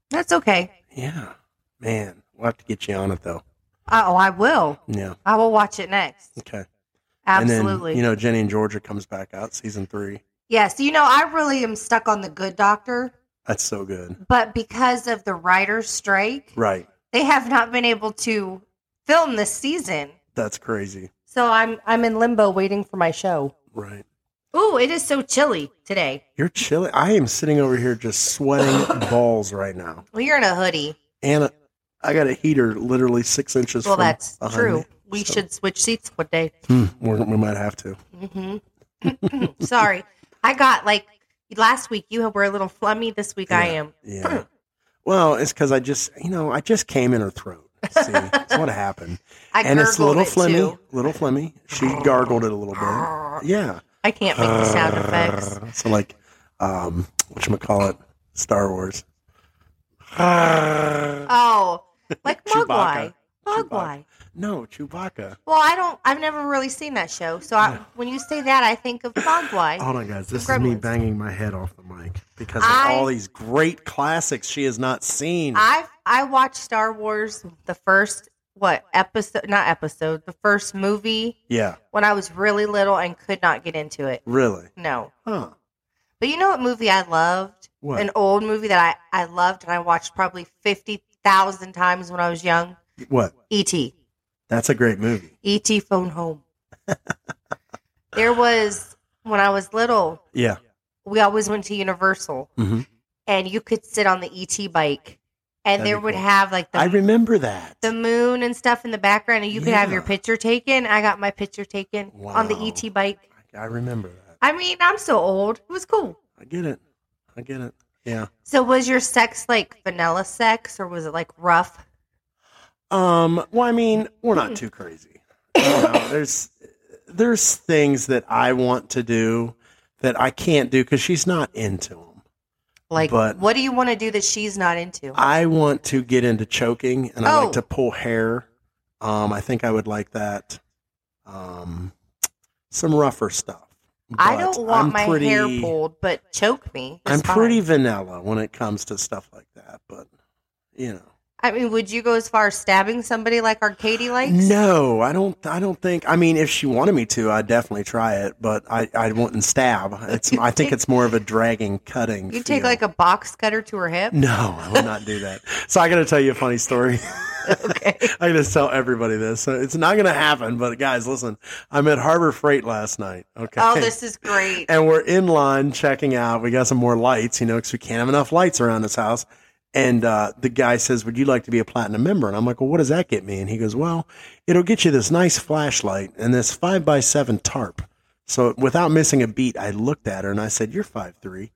Speaker 2: that's okay.
Speaker 1: Yeah. Man, we'll have to get you on it, though.
Speaker 2: Uh, oh, I will.
Speaker 1: Yeah.
Speaker 2: I will watch it next.
Speaker 1: Okay. And
Speaker 2: Absolutely.
Speaker 1: then, you know, Jenny and Georgia comes back out season three.
Speaker 2: yes. You know, I really am stuck on the Good Doctor,
Speaker 1: That's so good.
Speaker 2: but because of the writer's strike,
Speaker 1: Right.
Speaker 2: they have not been able to film this season.
Speaker 1: That's crazy.
Speaker 2: So I'm I'm in limbo waiting for my show.
Speaker 1: Right.
Speaker 2: Ooh, it is so chilly today.
Speaker 1: You're chilling. I am sitting over here just
Speaker 2: [coughs]
Speaker 1: sweating balls right now.
Speaker 2: Well, you're in a hoodie.
Speaker 1: And I got a heater literally six inches
Speaker 2: Well,
Speaker 1: from
Speaker 2: that's
Speaker 1: behind
Speaker 2: true.
Speaker 1: me.
Speaker 2: we
Speaker 1: so-
Speaker 2: should switch seats one day.
Speaker 1: Hmm, we're, we might have to.
Speaker 2: hmm Sorry, I got like last week. You were a little flummy. This week I
Speaker 1: Yeah.
Speaker 2: am. [coughs]
Speaker 1: Yeah. Well, it's because I just, you know, I just came in her throat. See, that's what happened.
Speaker 2: I
Speaker 1: and it's little
Speaker 2: gurgled it,
Speaker 1: Flemmy,
Speaker 2: too.
Speaker 1: little Flemmy. She gargled it a little bit. Yeah.
Speaker 2: I can't make
Speaker 1: [sighs]
Speaker 2: the sound effects.
Speaker 1: [laughs] So like, um, what call it? Star Wars.
Speaker 2: Oh, like Mogwai.
Speaker 1: [laughs] Chewbacca.
Speaker 2: Mogwai.
Speaker 1: No, Chewbacca.
Speaker 2: Well, I don't. I've never really seen that show. So I, when you say that, I think of Mogwai.
Speaker 1: Hold on, guys. This is me
Speaker 2: Gremlins.
Speaker 1: banging my head off the mic because of
Speaker 2: I-
Speaker 1: all these great classics she has not seen.
Speaker 2: I I watched Star Wars the first what episode? Not episode. The first movie
Speaker 1: yeah,
Speaker 2: when I was really little and could not get into it.
Speaker 1: really?
Speaker 2: No.
Speaker 1: Huh?
Speaker 2: But you know what movie I loved?
Speaker 1: What?
Speaker 2: An old movie that I, I loved and I watched probably 50,000 times when I was young. E
Speaker 1: what?
Speaker 2: E.T.
Speaker 1: That's a great movie.
Speaker 2: E.T.
Speaker 1: [laughs]
Speaker 2: Phone Home. there was, when I was little,
Speaker 1: Yeah.
Speaker 2: we always went to Universal
Speaker 1: Mhm.
Speaker 2: and you could sit on the E.T. bike and
Speaker 1: That'd
Speaker 2: there
Speaker 1: be
Speaker 2: would
Speaker 1: cool.
Speaker 2: have like the,
Speaker 1: I remember that.
Speaker 2: the moon and stuff in the background and you could have your
Speaker 1: Yeah.
Speaker 2: picture taken. I got my picture taken on the
Speaker 1: Wow.
Speaker 2: E.T. bike.
Speaker 1: I remember that.
Speaker 2: I mean, I'm so old. It was cool.
Speaker 1: I get it. I get it. Yeah.
Speaker 2: So was your sex like vanilla sex or was it like rough?
Speaker 1: Um, well, I mean, we're not too crazy. You
Speaker 2: [laughs]
Speaker 1: know, there's there's things that I want to do that I can't do because she's not into them.
Speaker 2: Like
Speaker 1: But-
Speaker 2: what do you want to do that she's not into?
Speaker 1: I want to get into choking, and I
Speaker 2: Oh.
Speaker 1: like to pull hair. Um, I think I would like that. Um, some rougher stuff.
Speaker 2: I
Speaker 1: But
Speaker 2: don't want
Speaker 1: I'm
Speaker 2: my
Speaker 1: pretty-
Speaker 2: hair pulled, but choke me. is
Speaker 1: I'm
Speaker 2: fine.
Speaker 1: pretty vanilla when it comes to stuff like that, but you know.
Speaker 2: I mean, would you go as far as stabbing somebody like Arcady likes?
Speaker 1: No, I don't. I don't think. I mean, if she wanted me to, I'd definitely try it, but I, I wouldn't stab. It's. I think it's more of a dragging, cutting.
Speaker 2: You take like a box cutter to her hip.
Speaker 1: No, I would not do that. So I got to tell you a funny story. [laughs]
Speaker 2: Okay.
Speaker 1: I got to tell everybody this. So it's not going to happen. But guys, listen. I'm at Harbor Freight last night. Okay. [laughs]
Speaker 2: Oh, this is great.
Speaker 1: And we're in line checking out. We got some more lights, you know, because we can't have enough lights around this house. And uh, the guy says, Would you like to be a platinum member? And I'm like, Well, what does that get me? And he goes, Well, it'll get you this nice flashlight and this five by seven tarp. So without missing a beat, I looked at her and I said, You're five three.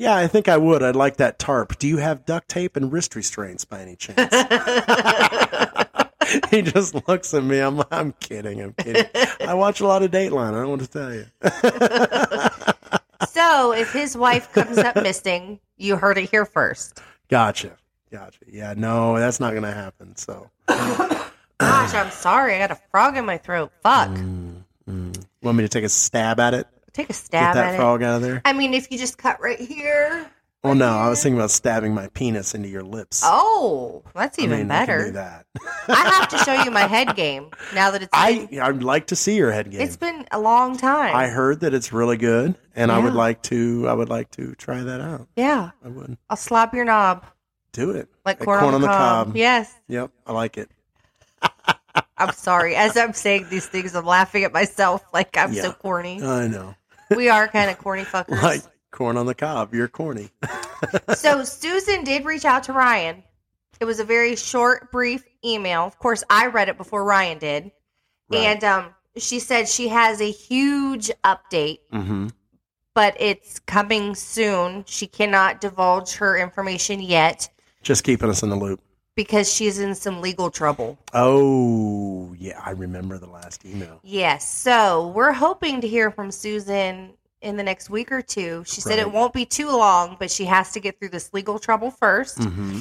Speaker 1: Yeah, I think I would. I'd like that tarp. Do you have duct tape and wrist restraints by any chance? he just looks at me. I'm, I'm kidding. I'm kidding. I watch a lot of Dateline. I don't want to tell you.
Speaker 2: so if his wife
Speaker 1: [laughs]
Speaker 2: comes up missing, you heard it here first.
Speaker 1: Gotcha. Gotcha. Yeah, no, that's not going to happen. So,
Speaker 2: Gosh, I'm sorry. I got a frog in my throat. Fuck.
Speaker 1: want me to take a stab at it?
Speaker 2: Take
Speaker 1: Mm.
Speaker 2: a
Speaker 1: Get
Speaker 2: stab
Speaker 1: that
Speaker 2: at it.
Speaker 1: frog out of there?
Speaker 2: I mean, if you just cut right here,
Speaker 1: Well, no, I was thinking about stabbing my penis into your lips.
Speaker 2: Oh, that's
Speaker 1: I
Speaker 2: even
Speaker 1: mean, we can do
Speaker 2: better.
Speaker 1: that. [laughs]
Speaker 2: I have to show you my head game now that it's
Speaker 1: I
Speaker 2: been,
Speaker 1: I'd like to see your head game.
Speaker 2: it's been a long time.
Speaker 1: I heard that it's really good, and I would
Speaker 2: Yeah.
Speaker 1: like to. I would like to try that out.
Speaker 2: yeah,
Speaker 1: I would
Speaker 2: I'll slap your knob
Speaker 1: do it. Like
Speaker 2: like corn, on, the cob. Yes,
Speaker 1: Yep, I like it.
Speaker 2: I'm sorry. As I'm saying these things, I'm laughing at myself. Like I'm
Speaker 1: Yeah.
Speaker 2: so corny.
Speaker 1: [laughs] I know,
Speaker 2: We are kind of corny fuckers.
Speaker 1: like [laughs] corn on the cob. You're corny. [laughs]
Speaker 2: so Susan did reach out to Ryan. It was a very short, brief email. Of course, I read it before Ryan did, and um, she said she has a huge update,
Speaker 1: mm-hmm.
Speaker 2: but it's coming soon. She cannot divulge her information yet
Speaker 1: just keeping us in the loop.
Speaker 2: because she's in some legal trouble.
Speaker 1: Oh yeah, I remember the last email.
Speaker 2: Yes, so we're hoping to hear from Susan in the next week or two. She said it
Speaker 1: Right.
Speaker 2: won't be too long, but she has to get through this legal trouble 1st
Speaker 1: Mm-hmm.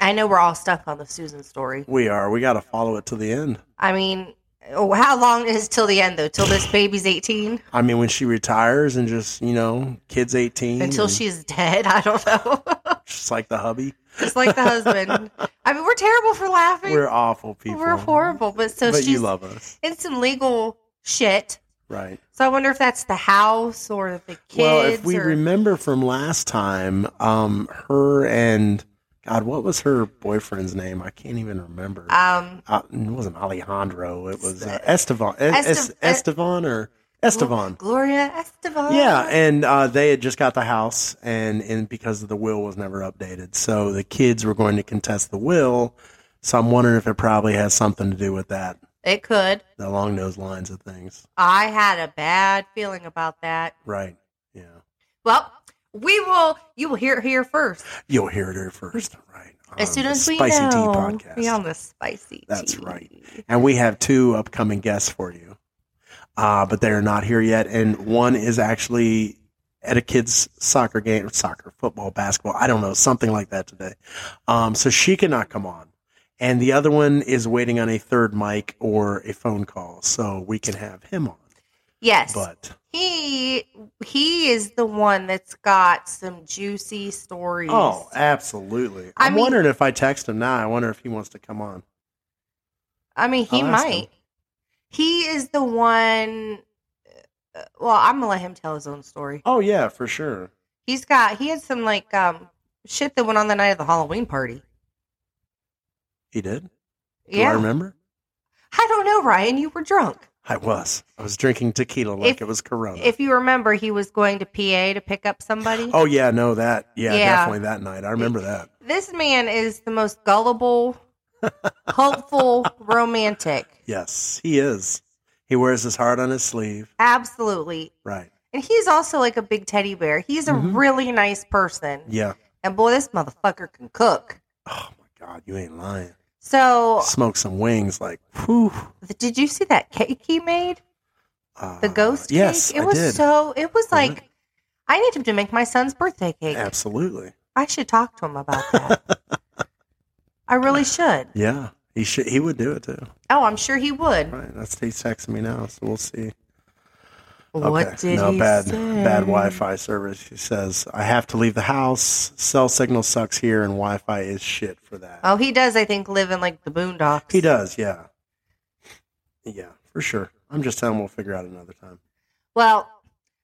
Speaker 2: I know we're all stuck on the Susan story.
Speaker 1: We are. We got to follow it to the end.
Speaker 2: I mean, oh, how long is till the end though? Till this baby's eighteen?
Speaker 1: I mean, when she retires and just you know, kids eighteen
Speaker 2: Until
Speaker 1: and
Speaker 2: she's dead? [laughs] I don't know.
Speaker 1: just like the hubby.
Speaker 2: Just like the husband. I mean, we're terrible for laughing.
Speaker 1: We're awful
Speaker 2: We're
Speaker 1: people.
Speaker 2: horrible. But so
Speaker 1: but
Speaker 2: she's
Speaker 1: you love us,
Speaker 2: in some legal shit.
Speaker 1: right?
Speaker 2: So I wonder if that's the house or the kids.
Speaker 1: Well, if we
Speaker 2: or-
Speaker 1: remember from last time, um, her and God, what was her boyfriend's name? I can't even remember.
Speaker 2: um,
Speaker 1: Uh, it wasn't Alejandro. It was uh, Estevan. Es-
Speaker 2: Estev-
Speaker 1: Es- Estevan or Estevan.
Speaker 2: Gloria Estevan.
Speaker 1: Yeah, and uh, they had just got the house, and, and because the will was never updated, so the kids were going to contest the will. So I'm wondering if it probably has something to do with that,
Speaker 2: it could.
Speaker 1: along those lines of things.
Speaker 2: I had a bad feeling about that.
Speaker 1: Right? Yeah.
Speaker 2: Well, we will. You will hear it here first.
Speaker 1: You'll hear it here first, right?
Speaker 2: As
Speaker 1: on
Speaker 2: soon
Speaker 1: the
Speaker 2: as we
Speaker 1: Spicy
Speaker 2: know,
Speaker 1: Tea Podcast.
Speaker 2: we on the spicy.
Speaker 1: That's
Speaker 2: tea.
Speaker 1: right. And we have two upcoming guests for you, uh, but they are not here yet. And one is actually at a kid's soccer game, soccer, football, basketball, I don't know, something like that today. Um, so she cannot come on. And the other one is waiting on a third mic or a phone call, so we can have him on.
Speaker 2: Yes,
Speaker 1: But
Speaker 2: he he is the one that's got some juicy stories.
Speaker 1: oh, absolutely!
Speaker 2: I
Speaker 1: I'm
Speaker 2: mean-
Speaker 1: wondering if I text him now. I wonder if he wants to come on.
Speaker 2: I mean, he
Speaker 1: I'll ask him.
Speaker 2: might. He is the one. uh, Well, I'm gonna let him tell his own story.
Speaker 1: Oh yeah, for sure.
Speaker 2: He's got he had some like um shit that went on the night of the Halloween party.
Speaker 1: He did. Do I
Speaker 2: Yeah,
Speaker 1: remember?
Speaker 2: I don't know, Ryan. You were drunk.
Speaker 1: I was. I was drinking tequila like
Speaker 2: If-
Speaker 1: it was Corona.
Speaker 2: If you remember, he was going to PA to pick up somebody.
Speaker 1: oh yeah, no that. Yeah,
Speaker 2: Yeah.
Speaker 1: definitely that night. I remember that.
Speaker 2: This man is the most
Speaker 1: [laughs]
Speaker 2: gullible, hopeful, romantic.
Speaker 1: Yes, he is. He wears his heart on his sleeve.
Speaker 2: Absolutely.
Speaker 1: Right.
Speaker 2: And he's also like a big teddy bear. He's a
Speaker 1: Mhm.
Speaker 2: really nice person.
Speaker 1: Yeah.
Speaker 2: And boy, this motherfucker can cook.
Speaker 1: Oh my God, you ain't lying.
Speaker 2: So,
Speaker 1: Smoke some wings, like whew.
Speaker 2: did you see that cake he made?
Speaker 1: Uh,
Speaker 2: The ghost cake?
Speaker 1: Yes,
Speaker 2: it
Speaker 1: I
Speaker 2: was
Speaker 1: did.
Speaker 2: so, it was
Speaker 1: Really?
Speaker 2: like, I need him to make my son's birthday cake.
Speaker 1: Absolutely.
Speaker 2: I should talk to him about
Speaker 1: [laughs]
Speaker 2: that. I really should.
Speaker 1: Yeah. He should. He would do it too.
Speaker 2: Oh, I'm sure he would.
Speaker 1: Right. That's he's texting me now, so we'll see.
Speaker 2: What did
Speaker 1: no,
Speaker 2: he
Speaker 1: bad,
Speaker 2: say?
Speaker 1: bad Wi-Fi service. He says I have to leave the house. Cell signal sucks here, and Wi-Fi is shit for that.
Speaker 2: Oh, he does, I think, live in like the boondocks.
Speaker 1: He does, yeah. Yeah, for sure. I'm just telling him we'll figure out another time.
Speaker 2: Well,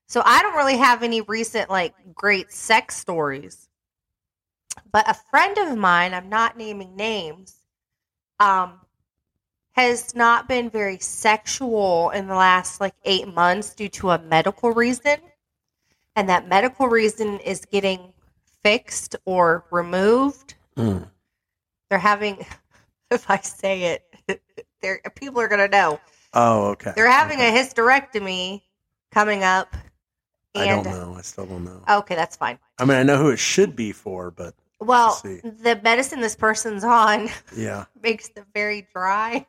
Speaker 2: so I don't really have any recent like great sex stories. But a friend of mine, I'm not naming names, um has not been very sexual in the last like 8 months due to a medical reason. And that medical reason is getting fixed or removed. They're having [laughs] if I say it, [laughs] there people are going to know.
Speaker 1: Oh, okay.
Speaker 2: They're having
Speaker 1: okay.
Speaker 2: a hysterectomy coming up.
Speaker 1: I don't
Speaker 2: And
Speaker 1: know. I still don't know.
Speaker 2: okay, that's fine.
Speaker 1: I mean, I know who it should be for, but
Speaker 2: Well,
Speaker 1: see.
Speaker 2: the medicine this person's on [laughs]
Speaker 1: yeah,
Speaker 2: makes them very dry,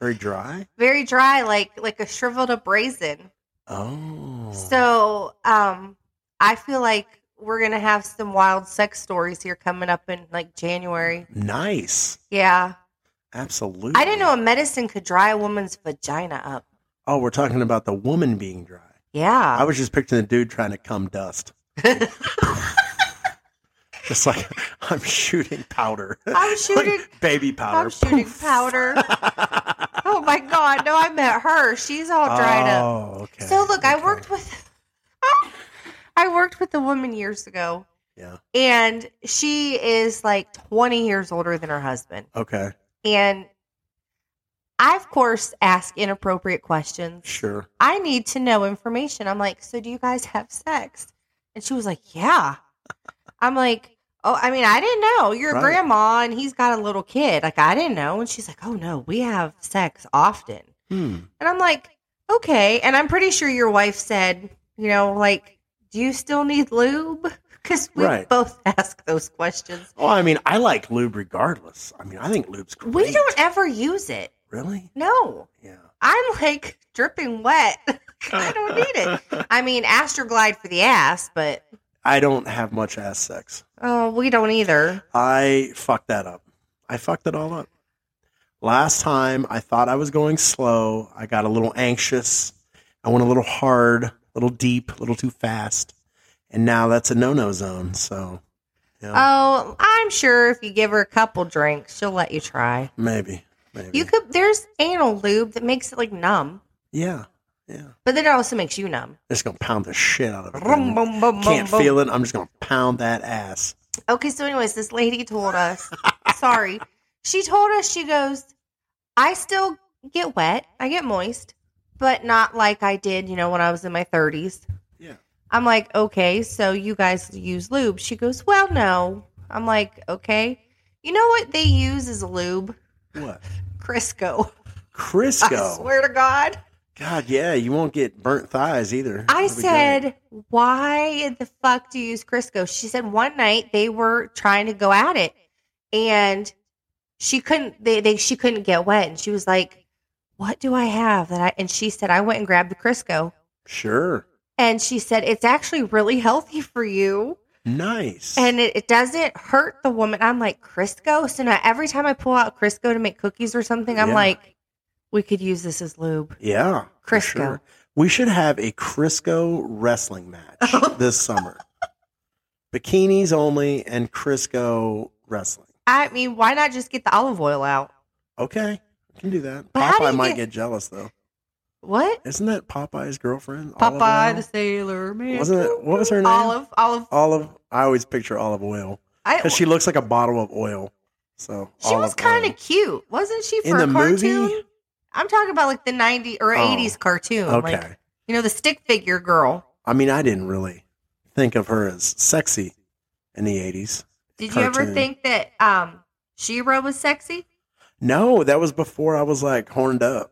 Speaker 1: very dry.
Speaker 2: very dry, like like a shriveled up raisin.
Speaker 1: Oh,
Speaker 2: So, um, I feel like we're gonna have some wild sex stories here coming up in like January.
Speaker 1: nice.
Speaker 2: Yeah,
Speaker 1: Absolutely.
Speaker 2: I didn't know a medicine could dry a woman's vagina up.
Speaker 1: Oh, we're talking about the woman being dry. I
Speaker 2: Yeah, [laughs]
Speaker 1: was just picturing the dude trying to come dust. Just like I'm shooting powder.
Speaker 2: I'm
Speaker 1: [laughs]
Speaker 2: shooting.
Speaker 1: Like baby powder.
Speaker 2: I'm shooting
Speaker 1: Poof.
Speaker 2: powder.
Speaker 1: [laughs]
Speaker 2: oh my god! No, I met her. She's all dried up.
Speaker 1: oh, okay.
Speaker 2: So look, I
Speaker 1: okay.
Speaker 2: worked with [laughs] I worked with a woman years ago
Speaker 1: Yeah.
Speaker 2: and she is like 20 years older than her husband.
Speaker 1: Okay.
Speaker 2: And I of course ask inappropriate questions.
Speaker 1: Sure.
Speaker 2: I need to know information. I'm like, "So do you guys have sex?" And she was like, "Yeah." I'm like, "Oh, I mean, I didn't know. You're a
Speaker 1: Right.
Speaker 2: grandma and he's got a little kid. Like I didn't know." And she's like, "Oh no, we have sex often."
Speaker 1: Hmm.
Speaker 2: And I'm like, okay. And I'm pretty sure your wife said, you know, like, do you still need lube? [laughs] Because we
Speaker 1: Right.
Speaker 2: both [laughs] ask those questions.
Speaker 1: Well, I mean, I like lube regardless. I mean, I think lube's great.
Speaker 2: We don't ever use it.
Speaker 1: really.
Speaker 2: No.
Speaker 1: Yeah.
Speaker 2: I'm like dripping wet. [laughs] I don't need it.
Speaker 1: [laughs]
Speaker 2: I mean, Astroglide for the ass, but
Speaker 1: I don't have much ass sex.
Speaker 2: oh, we don't either.
Speaker 1: I fucked that up. I fucked it all up. Last time I thought I was going slow. I got a little anxious. I went a little hard, a little deep, a little too fast. And now that's a no no zone. So yeah,
Speaker 2: Oh, I'm sure if you give her a couple drinks, she'll let you try.
Speaker 1: maybe. Maybe.
Speaker 2: You could, there's anal lube that makes it like numb,
Speaker 1: yeah. Yeah.
Speaker 2: but then it also makes you numb.
Speaker 1: Just gonna pound the shit out of
Speaker 2: [laughs]
Speaker 1: it.
Speaker 2: Vroom, boom, boom, boom,
Speaker 1: Can't
Speaker 2: boom.
Speaker 1: feel it. I'm just gonna pound that ass.
Speaker 2: Okay, so anyways, this lady told us. sorry, she told us she goes, I still get wet, I get moist, but not like I did, you know, when I was in my thirties.
Speaker 1: Yeah.
Speaker 2: I'm like, okay, so you guys use lube? She goes, well, no. I'm like, okay. You know what they use as a lube?
Speaker 1: What?
Speaker 2: Crisco. [laughs] I
Speaker 1: Crisco.
Speaker 2: swear to God.
Speaker 1: God, yeah, you won't get burnt thighs either.
Speaker 2: I
Speaker 1: That'd be great.
Speaker 2: said, why the fuck do you use Crisco? She said one night they were trying to go at it and she couldn't they, they she couldn't get wet and she was like, What do I have that I and she said I went and grabbed the Crisco
Speaker 1: Sure.
Speaker 2: and she said it's actually really healthy for you
Speaker 1: Nice.
Speaker 2: and it, it doesn't hurt the woman. I'm like, Crisco? So now every time I pull out Crisco to make cookies or something, I'm
Speaker 1: Yeah.
Speaker 2: like, we could use this as lube.
Speaker 1: yeah. for
Speaker 2: Crisco.
Speaker 1: We should have a Crisco wrestling match
Speaker 2: [laughs]
Speaker 1: this summer. Bikinis only and Crisco wrestling.
Speaker 2: I mean, why not just get the olive oil out?
Speaker 1: Okay. We can do that.
Speaker 2: But how do
Speaker 1: Popeye
Speaker 2: you
Speaker 1: might
Speaker 2: get-
Speaker 1: get... jealous though.
Speaker 2: What?
Speaker 1: Isn't that Popeye's girlfriend? Olive
Speaker 2: Popeye
Speaker 1: Oil?
Speaker 2: the Sailor Man.
Speaker 1: Wasn't it- what was her name?
Speaker 2: Olive. Olive.
Speaker 1: Olive. I always picture olive oil
Speaker 2: I,
Speaker 1: because she
Speaker 2: she
Speaker 1: looks like a bottle of oil. So
Speaker 2: was
Speaker 1: olive
Speaker 2: kind
Speaker 1: oil.
Speaker 2: of cute, wasn't she?
Speaker 1: in
Speaker 2: For a
Speaker 1: the
Speaker 2: cartoon.
Speaker 1: movie.
Speaker 2: I'm talking about like the 90 or
Speaker 1: Oh,
Speaker 2: 80s cartoon.
Speaker 1: Okay.
Speaker 2: Like, you know, the stick figure girl.
Speaker 1: I mean, I didn't really think of her as sexy in the 80s.
Speaker 2: Did you ever
Speaker 1: Cartoon.
Speaker 2: think that um Shira was sexy?
Speaker 1: No, that was before I was like horned up.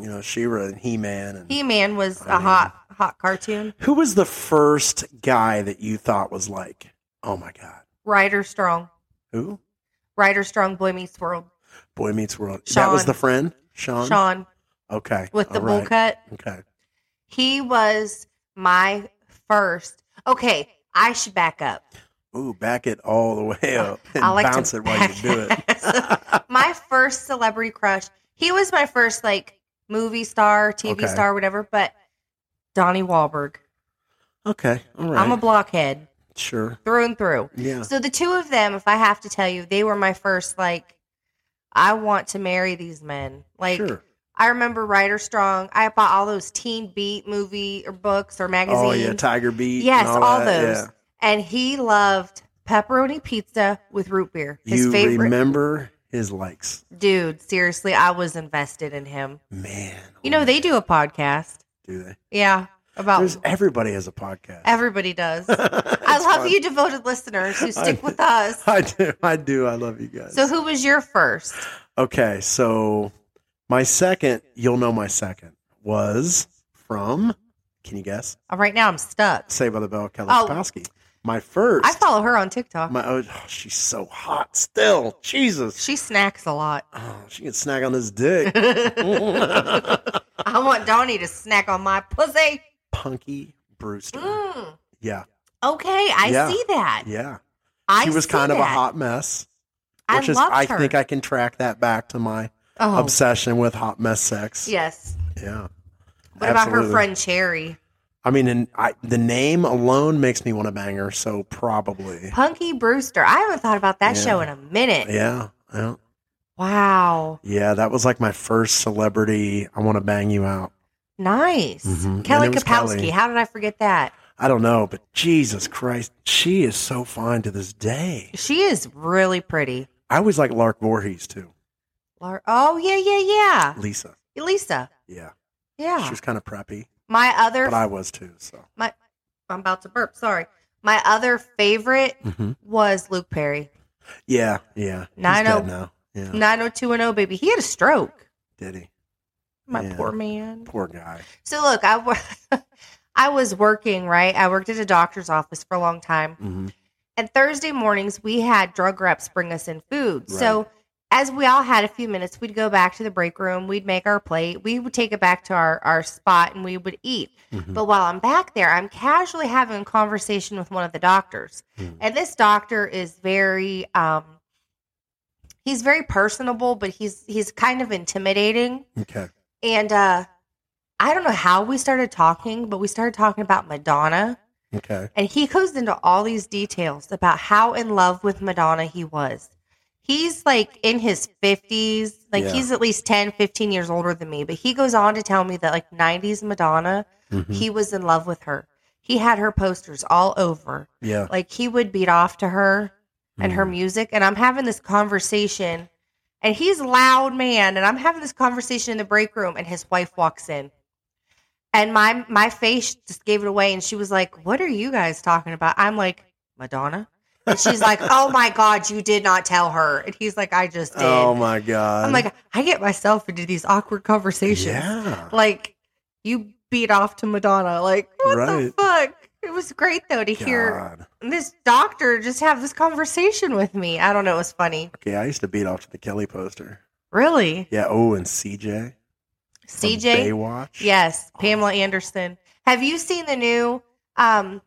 Speaker 1: You know, She-Ra and He-Man. And
Speaker 2: He Man was
Speaker 1: I
Speaker 2: a
Speaker 1: mean-
Speaker 2: hot hot cartoon.
Speaker 1: Who was the first guy that you thought was like, oh my God,
Speaker 2: Ryder Strong.
Speaker 1: who?
Speaker 2: Ryder Strong Boy Meets World.
Speaker 1: Boy Meets World. That was
Speaker 2: Sean.
Speaker 1: the friend? Sean?
Speaker 2: Sean
Speaker 1: Okay.
Speaker 2: with the
Speaker 1: all
Speaker 2: bowl
Speaker 1: right,
Speaker 2: cut.
Speaker 1: Okay.
Speaker 2: He was my first. Okay, I should
Speaker 1: [laughs]
Speaker 2: back up.
Speaker 1: Ooh, back it all the way
Speaker 2: [laughs]
Speaker 1: up and
Speaker 2: I like to
Speaker 1: bounce it while you
Speaker 2: back-
Speaker 1: do
Speaker 2: [laughs]
Speaker 1: it.
Speaker 2: my first celebrity crush. He was my first like movie star, TV
Speaker 1: Okay.
Speaker 2: star, whatever. But Donnie Wahlberg.
Speaker 1: [laughs] okay. All right.
Speaker 2: I'm a blockhead
Speaker 1: sure.
Speaker 2: through and through.
Speaker 1: Yeah.
Speaker 2: So the two of them, if I have to tell you, they were my first like. I want to marry these men. Like
Speaker 1: sure.
Speaker 2: I remember Ryder Strong. I bought all those Teen Beat movie or books or magazines.
Speaker 1: Oh, yeah. Tiger Beat. and
Speaker 2: Yes, all,
Speaker 1: that,
Speaker 2: those.
Speaker 1: yeah.
Speaker 2: And he loved pepperoni pizza with root beer. His
Speaker 1: you
Speaker 2: favorite
Speaker 1: remember his likes.
Speaker 2: dude. Seriously, I was invested in him.
Speaker 1: Man.
Speaker 2: You know,
Speaker 1: man,
Speaker 2: they do a podcast.
Speaker 1: do they?
Speaker 2: Yeah. About
Speaker 1: There's everybody has a podcast. [laughs]
Speaker 2: everybody does.
Speaker 1: It's
Speaker 2: I love
Speaker 1: fun.
Speaker 2: you, devoted listeners
Speaker 1: [laughs]
Speaker 2: who
Speaker 1: I-
Speaker 2: stick with us.
Speaker 1: I do. I do. I love you guys.
Speaker 2: So, who was your first?
Speaker 1: okay, so my second, you'll know my second was from. Can you guess?
Speaker 2: Uh, Right now, I'm stuck.
Speaker 1: Saved by the Bell, Kelly
Speaker 2: Oh.
Speaker 1: Kapowski. My first.
Speaker 2: I follow her on TikTok.
Speaker 1: My oh, she's so hot still. Jesus.
Speaker 2: she snacks a lot. [laughs]
Speaker 1: Oh, she can snag on this dick. [laughs]
Speaker 2: I want Donnie to snack on my pussy.
Speaker 1: Punky Brewster.
Speaker 2: Mm.
Speaker 1: Yeah,
Speaker 2: Okay, I
Speaker 1: Yeah.
Speaker 2: see that.
Speaker 1: yeah.
Speaker 2: I
Speaker 1: She was
Speaker 2: see
Speaker 1: kind of a
Speaker 2: that.
Speaker 1: hot mess.
Speaker 2: I
Speaker 1: Which is,
Speaker 2: loved
Speaker 1: I
Speaker 2: her.
Speaker 1: think I can track that back to my
Speaker 2: oh,
Speaker 1: obsession with hot mess sex.
Speaker 2: yes.
Speaker 1: Yeah.
Speaker 2: What about her
Speaker 1: Absolutely.
Speaker 2: friend Cherry?
Speaker 1: I mean, and I, the name alone makes me want to bang her. So probably,
Speaker 2: Punky Brewster. I haven't thought about that
Speaker 1: Yeah.
Speaker 2: show in a minute.
Speaker 1: yeah, yeah,
Speaker 2: Wow.
Speaker 1: yeah. That was like my first celebrity. I want to bang you out.
Speaker 2: Nice.
Speaker 1: Mhm.
Speaker 2: Kelly
Speaker 1: And it was
Speaker 2: Kapowski.
Speaker 1: Kelly.
Speaker 2: How did I forget that?
Speaker 1: I don't know, but Jesus Christ, she is so fine to this day.
Speaker 2: She is really pretty.
Speaker 1: I always like Lark Voorhees too.
Speaker 2: Lar- Oh, yeah, yeah,
Speaker 1: Lisa,
Speaker 2: yeah. Elisa.
Speaker 1: yeah,
Speaker 2: Yeah.
Speaker 1: she was kind of preppy,
Speaker 2: My other,
Speaker 1: but I was too. So
Speaker 2: my, I'm about to burp. Sorry. My other favorite
Speaker 1: Mhm.
Speaker 2: was Luke Perry. oh
Speaker 1: yeah, yeah. He's
Speaker 2: Mm-hmm. Nine oh-
Speaker 1: dead now. Yeah,
Speaker 2: 90210, baby. He had a stroke.
Speaker 1: did he?
Speaker 2: My
Speaker 1: Yeah.
Speaker 2: poor man.
Speaker 1: Poor guy.
Speaker 2: So look, I, wa- [laughs] I was working, right? I worked at a doctor's office for a long time.
Speaker 1: hmm
Speaker 2: And Thursday mornings, we had drug reps bring us in food. So as we all had a few minutes, we'd go back to the break room, we'd make our plate, we would take it back to our, our spot and we would eat.
Speaker 1: Mhm.
Speaker 2: But while I'm back there, I'm casually having a conversation with one of the doctors.
Speaker 1: Mhm.
Speaker 2: And this doctor is very um he's very personable, but he's he's kind of intimidating.
Speaker 1: Okay.
Speaker 2: And uh I don't know how we started talking, but we started talking about Madonna.
Speaker 1: Okay.
Speaker 2: And he goes into all these details about how in love with Madonna he was. He's like in his 50s, like
Speaker 1: Yeah.
Speaker 2: he's at least 10, 15 years older than me. But he goes on to tell me that like 90s Madonna,
Speaker 1: Mhm.
Speaker 2: he was in love with her. He had her posters all over.
Speaker 1: Yeah. Mm.
Speaker 2: Like he would beat off to her and her music. And I'm having this conversation, and he's a loud man, and I'm having this conversation in the break room, and his wife walks in, and my my face just gave it away, and she was like, "What are you guys talking about?" I'm like, "Madonna," and
Speaker 1: [laughs]
Speaker 2: she's like, "Oh my god, you did not tell her," and he's like, "I just did."
Speaker 1: Oh my god.
Speaker 2: I'm like, I get myself into these awkward conversations,
Speaker 1: yeah.
Speaker 2: like you beat off to Madonna, like what the
Speaker 1: Right.
Speaker 2: fuck. It was great though to hear
Speaker 1: God.
Speaker 2: this doctor just have this conversation with me. I don't know. It was funny.
Speaker 1: Okay, I used to beat off to the Kelly poster.
Speaker 2: Really?
Speaker 1: Yeah. Oh, and CJ. from
Speaker 2: CJ?
Speaker 1: Baywatch.
Speaker 2: Yes. Pamela Anderson. Have you seen the new um,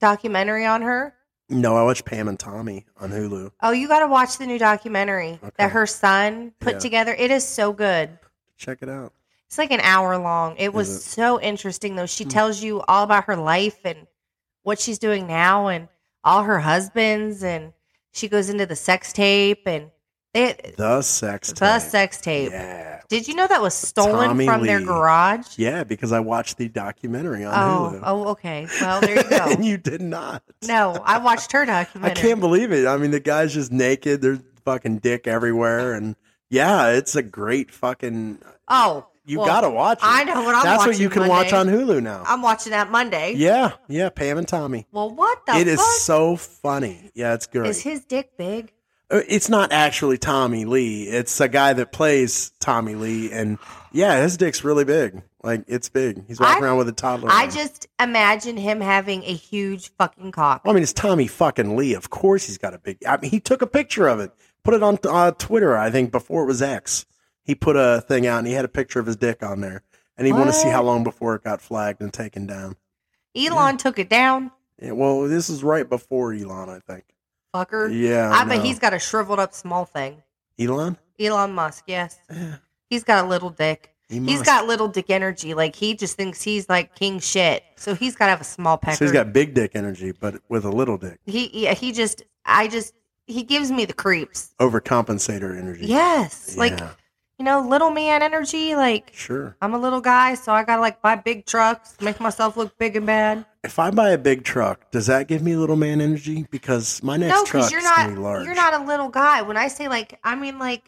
Speaker 2: documentary on her?
Speaker 1: No, I watched Pam and Tommy on Hulu.
Speaker 2: Oh, you got to watch the new documentary
Speaker 1: Okay.
Speaker 2: that her son put
Speaker 1: Yeah.
Speaker 2: together. It is so good.
Speaker 1: Check it out.
Speaker 2: It's like an hour long. It was
Speaker 1: it?
Speaker 2: so interesting, though. She
Speaker 1: Hmm.
Speaker 2: tells you all about her life and what she's doing now and all her husbands. And she goes into the sex tape and they,
Speaker 1: The sex.
Speaker 2: the
Speaker 1: Tape.
Speaker 2: sex tape.
Speaker 1: Yeah.
Speaker 2: Did you know that was stolen
Speaker 1: Tommy
Speaker 2: from their
Speaker 1: Lee.
Speaker 2: garage?
Speaker 1: Yeah, because I watched the documentary on
Speaker 2: Oh,
Speaker 1: Hulu.
Speaker 2: oh, okay. Well, there you go.
Speaker 1: [laughs] and you did not.
Speaker 2: no, I watched her
Speaker 1: I
Speaker 2: documentary.
Speaker 1: can't believe it. I mean, the guy's just naked. There's fucking dick everywhere, and yeah, it's a great fucking.
Speaker 2: oh,
Speaker 1: You
Speaker 2: well,
Speaker 1: gotta watch it.
Speaker 2: I know what I'm.
Speaker 1: That's what
Speaker 2: watching
Speaker 1: you can
Speaker 2: Monday.
Speaker 1: watch on Hulu now.
Speaker 2: I'm watching that Monday.
Speaker 1: Yeah, yeah, Pam and Tommy.
Speaker 2: Well, what the
Speaker 1: It is
Speaker 2: fuck
Speaker 1: so funny. Yeah, it's good.
Speaker 2: is his dick big?
Speaker 1: Uh, It's not actually Tommy Lee. It's a guy that plays Tommy Lee, and yeah, his dick's really big. Like it's big. He's walking
Speaker 2: I-
Speaker 1: around with a toddler.
Speaker 2: I
Speaker 1: arm.
Speaker 2: just imagine him having a huge fucking cock.
Speaker 1: I mean, it's Tommy fucking Lee. Of course, he's got a big. I mean, he took a picture of it, put it on uh, Twitter. I think before it was X, he put a thing out and he had a picture of his dick on there, and he wanted to see
Speaker 2: What?
Speaker 1: how long before it got flagged and taken down.
Speaker 2: Elon took it down,
Speaker 1: Yeah, well, this is right before Elon, I think.
Speaker 2: fucker.
Speaker 1: Yeah,
Speaker 2: I, bet
Speaker 1: know.
Speaker 2: Ah, he's got a shriveled up small thing.
Speaker 1: Elon.
Speaker 2: Elon Musk, yes,
Speaker 1: Yeah,
Speaker 2: he's got a little dick.
Speaker 1: he
Speaker 2: He's
Speaker 1: must.
Speaker 2: got little dick energy. Like he just thinks he's like king shit. So he's got to have a small pecker.
Speaker 1: So he's got big dick energy, but with a little dick.
Speaker 2: he yeah, he just I just he gives me the creeps.
Speaker 1: Overcompensator energy.
Speaker 2: Yes. Like,
Speaker 1: Yeah,
Speaker 2: you know, little man energy like
Speaker 1: sure.
Speaker 2: I'm a little guy, so I got to like buy big trucks, make myself look big and bad.
Speaker 1: If I buy a big truck, does that give me little man energy? Because my next
Speaker 2: no,
Speaker 1: truck
Speaker 2: cuz
Speaker 1: is
Speaker 2: you're
Speaker 1: gonna
Speaker 2: not
Speaker 1: be large.
Speaker 2: you're not a little guy. When I say like I mean like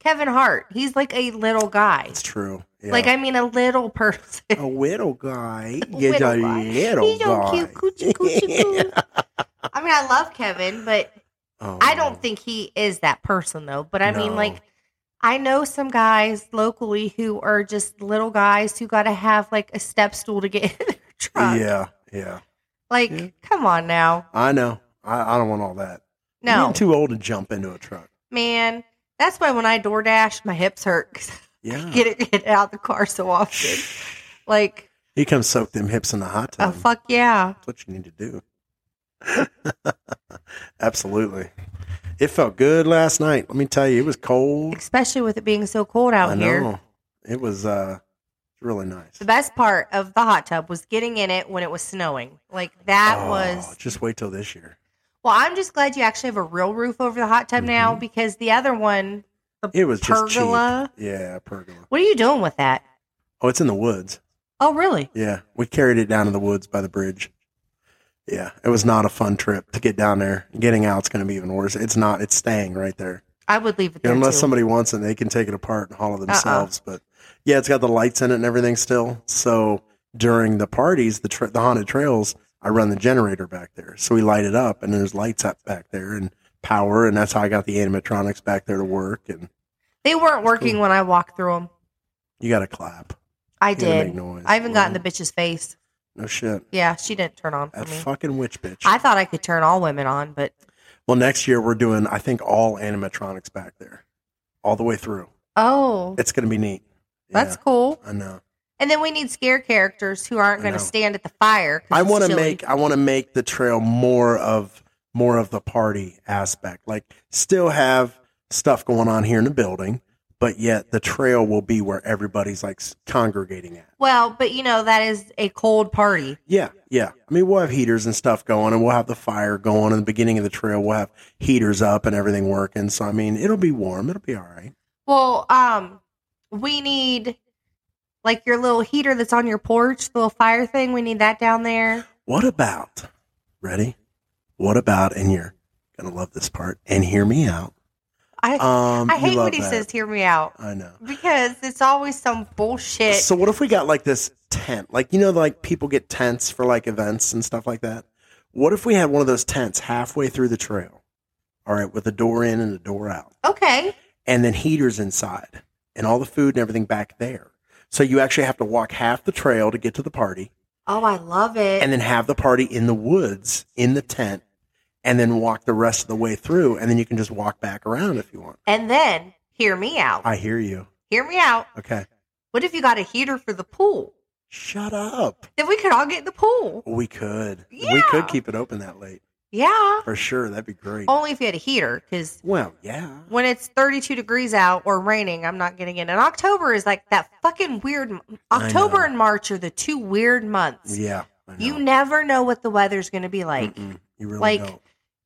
Speaker 2: Kevin Hart, he's like a little guy.
Speaker 1: It's true. Yeah.
Speaker 2: Like I mean a little person. [laughs]
Speaker 1: a little guy.
Speaker 2: He's
Speaker 1: He's a little
Speaker 2: He's so
Speaker 1: guy.
Speaker 2: cute. Coochie, coochie, coo.
Speaker 1: [laughs]
Speaker 2: I mean, I love Kevin, but
Speaker 1: Oh,
Speaker 2: I don't think he is that person though. But I mean,
Speaker 1: No.
Speaker 2: like, I know some guys locally who are just little guys who got to have like a step stool to get [laughs] in their truck.
Speaker 1: Yeah, yeah.
Speaker 2: Like,
Speaker 1: Yeah.
Speaker 2: come on now.
Speaker 1: I know. I, I don't want all that.
Speaker 2: No,
Speaker 1: I'm too old to jump into a truck.
Speaker 2: man. That's why when I DoorDash, my hips hurt 'cause
Speaker 1: Yeah.
Speaker 2: I
Speaker 1: [laughs]
Speaker 2: get it get out the car so often. Like,
Speaker 1: You come soak them hips in the hot
Speaker 2: oh
Speaker 1: tub.
Speaker 2: fuck yeah.
Speaker 1: That's what you need to do. [laughs] Absolutely. It felt good last night. Let me tell you, it was cold.
Speaker 2: Especially with it being so cold out
Speaker 1: I
Speaker 2: here.
Speaker 1: know. It was uh really nice.
Speaker 2: The best part of the hot tub was getting in it when it was snowing. Like that
Speaker 1: Oh,
Speaker 2: was
Speaker 1: Just wait till this year.
Speaker 2: Well, I'm just glad you actually have a real roof over the hot tub now because the other one,
Speaker 1: Mm-hmm. It was just
Speaker 2: pergola.
Speaker 1: cheap. Yeah, pergola.
Speaker 2: What are you doing with that?
Speaker 1: Oh, it's in the woods.
Speaker 2: Oh, really?
Speaker 1: Yeah, we carried it down to the woods by the bridge. Yeah, it was not a fun trip to get down there. Getting out's going to be even worse. It's not. It's staying right there.
Speaker 2: I would leave it
Speaker 1: You know,
Speaker 2: there
Speaker 1: unless
Speaker 2: too. Uh-uh.
Speaker 1: somebody wants it, they can take it apart and haul it themselves. But yeah, it's got the lights in it and everything still. So during the parties, the tra- the haunted trails, I run the generator back there, so we light it up, and there's lights up back there and power, and that's how I got the animatronics back there to work. And
Speaker 2: they weren't working when I walked through them.
Speaker 1: you got to clap.
Speaker 2: I
Speaker 1: You gotta
Speaker 2: did.
Speaker 1: make noise.
Speaker 2: I even got in the bitch's face.
Speaker 1: no shit.
Speaker 2: Yeah, she didn't turn on for
Speaker 1: That
Speaker 2: me.
Speaker 1: fucking witch bitch.
Speaker 2: I thought I could turn all women on, but
Speaker 1: Well, next year we're doing, I think, all animatronics back there, all the way through.
Speaker 2: oh,
Speaker 1: It's going to be neat.
Speaker 2: that's cool.
Speaker 1: I know.
Speaker 2: And then we need scare characters who aren't
Speaker 1: I
Speaker 2: going
Speaker 1: know.
Speaker 2: to stand at the fire. 'cause
Speaker 1: I
Speaker 2: it's
Speaker 1: want to
Speaker 2: chilly.
Speaker 1: make I want to make the trail more of more of the party aspect. Like, still have stuff going on here in the building, but yet the trail will be where everybody's like s- congregating at.
Speaker 2: Well, but you know that is a cold party.
Speaker 1: Yeah, yeah. I mean, we'll have heaters and stuff going, and we'll have the fire going in the beginning of the trail. We'll have heaters up and everything working. So, I mean, it'll be warm. It'll be all right.
Speaker 2: Well, um, we need like your little heater that's on your porch, the little fire thing. We need that down there.
Speaker 1: What about, ready? What about, and you're going to love this part and hear me out.
Speaker 2: I
Speaker 1: Um,
Speaker 2: I
Speaker 1: you
Speaker 2: hate
Speaker 1: love
Speaker 2: when he
Speaker 1: that.
Speaker 2: says "hear me out"
Speaker 1: I know.
Speaker 2: because it's always some bullshit.
Speaker 1: So, what if we got like this tent? Like, you know, like people get tents for like events and stuff like that. What if we had one of those tents halfway through the trail? All right, with a door in and a door out,
Speaker 2: okay,
Speaker 1: and then heaters inside and all the food and everything back there. So, you actually have to walk half the trail to get to the party.
Speaker 2: oh, I love it.
Speaker 1: and then have the party in the woods in the tent and then walk the rest of the way through and then you can just walk back around if you want
Speaker 2: And then hear me out.
Speaker 1: i hear you
Speaker 2: hear me out.
Speaker 1: okay
Speaker 2: What if you got a heater for the pool?
Speaker 1: shut up
Speaker 2: Then we could all get in the pool.
Speaker 1: we could we
Speaker 2: Yeah. Oh.
Speaker 1: could keep it open that late
Speaker 2: Yeah,
Speaker 1: for sure that'd be great
Speaker 2: only if you had a heater because
Speaker 1: well yeah
Speaker 2: when it's 32 degrees out or raining, I'm not getting in. And October is like that fucking weird. m-
Speaker 1: I know.
Speaker 2: October and March are the two weird months.
Speaker 1: yeah I know.
Speaker 2: You never know what the weather's going to be like.
Speaker 1: Mm-mm, you really
Speaker 2: like-
Speaker 1: don't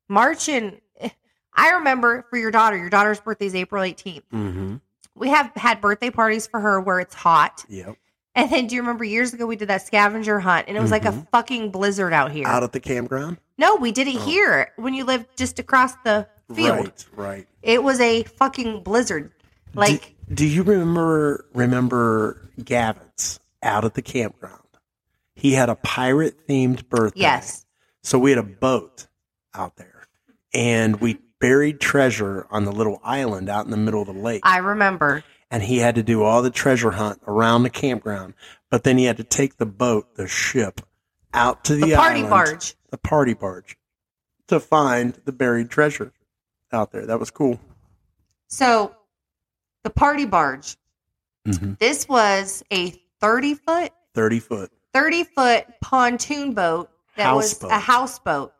Speaker 2: March and [laughs] I remember for your daughter, your daughter's birthday's April 18th.
Speaker 1: mm-hmm
Speaker 2: We have had birthday parties for her where it's hot.
Speaker 1: yep
Speaker 2: And then do you remember years ago we did that scavenger hunt and it was like a
Speaker 1: Mhm.
Speaker 2: fucking blizzard out here?
Speaker 1: out at the campground
Speaker 2: no, we did it
Speaker 1: Oh.
Speaker 2: here when you lived just across the field.
Speaker 1: right right
Speaker 2: It was a fucking blizzard. Like,
Speaker 1: do, do you remember remember gavin's out at the campground he had a pirate themed birthday
Speaker 2: yes.
Speaker 1: So we had a boat out there and we buried treasure on the little island out in the middle of the lake.
Speaker 2: I remember.
Speaker 1: and he had to do all the treasure hunt around the campground. But then he had to take the boat, the ship, out to the,
Speaker 2: The party
Speaker 1: island,
Speaker 2: barge.
Speaker 1: The party barge to find the buried treasure out there. That was cool.
Speaker 2: So the party barge.
Speaker 1: Mm-hmm.
Speaker 2: This was a 30 foot,
Speaker 1: 30 foot.
Speaker 2: 30 foot pontoon boat that was
Speaker 1: Houseboat.
Speaker 2: a houseboat.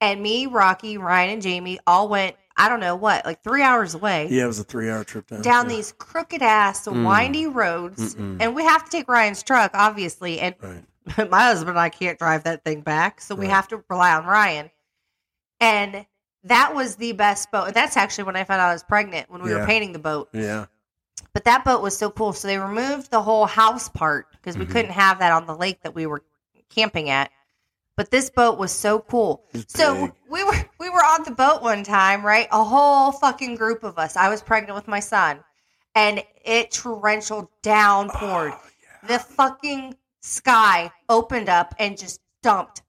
Speaker 2: And me, Rocky, Ryan, and Jamie all went, I don't know what, like three hours away
Speaker 1: Yeah, it was a three hour trip down,
Speaker 2: down
Speaker 1: there.
Speaker 2: these crooked ass,
Speaker 1: Mm.
Speaker 2: windy roads.
Speaker 1: Mm-mm.
Speaker 2: And we have to take Ryan's truck, obviously. And
Speaker 1: Right.
Speaker 2: [laughs] my husband and I can't drive that thing back, so we
Speaker 1: Right.
Speaker 2: have to rely on Ryan. And that was the best boat. And that's actually when I found out I was pregnant when we
Speaker 1: Yeah.
Speaker 2: were painting the boat.
Speaker 1: Yeah.
Speaker 2: But that boat was so cool. So they removed the whole house part because we
Speaker 1: Mhm.
Speaker 2: couldn't have that on the lake that we were camping at. But this boat was so cool.
Speaker 1: It's
Speaker 2: So
Speaker 1: big.
Speaker 2: we were we were on the boat one time, right? A whole fucking group of us. I was pregnant with my son, and it torrential downpoured.
Speaker 1: Oh, yeah.
Speaker 2: The fucking sky opened up and just dumped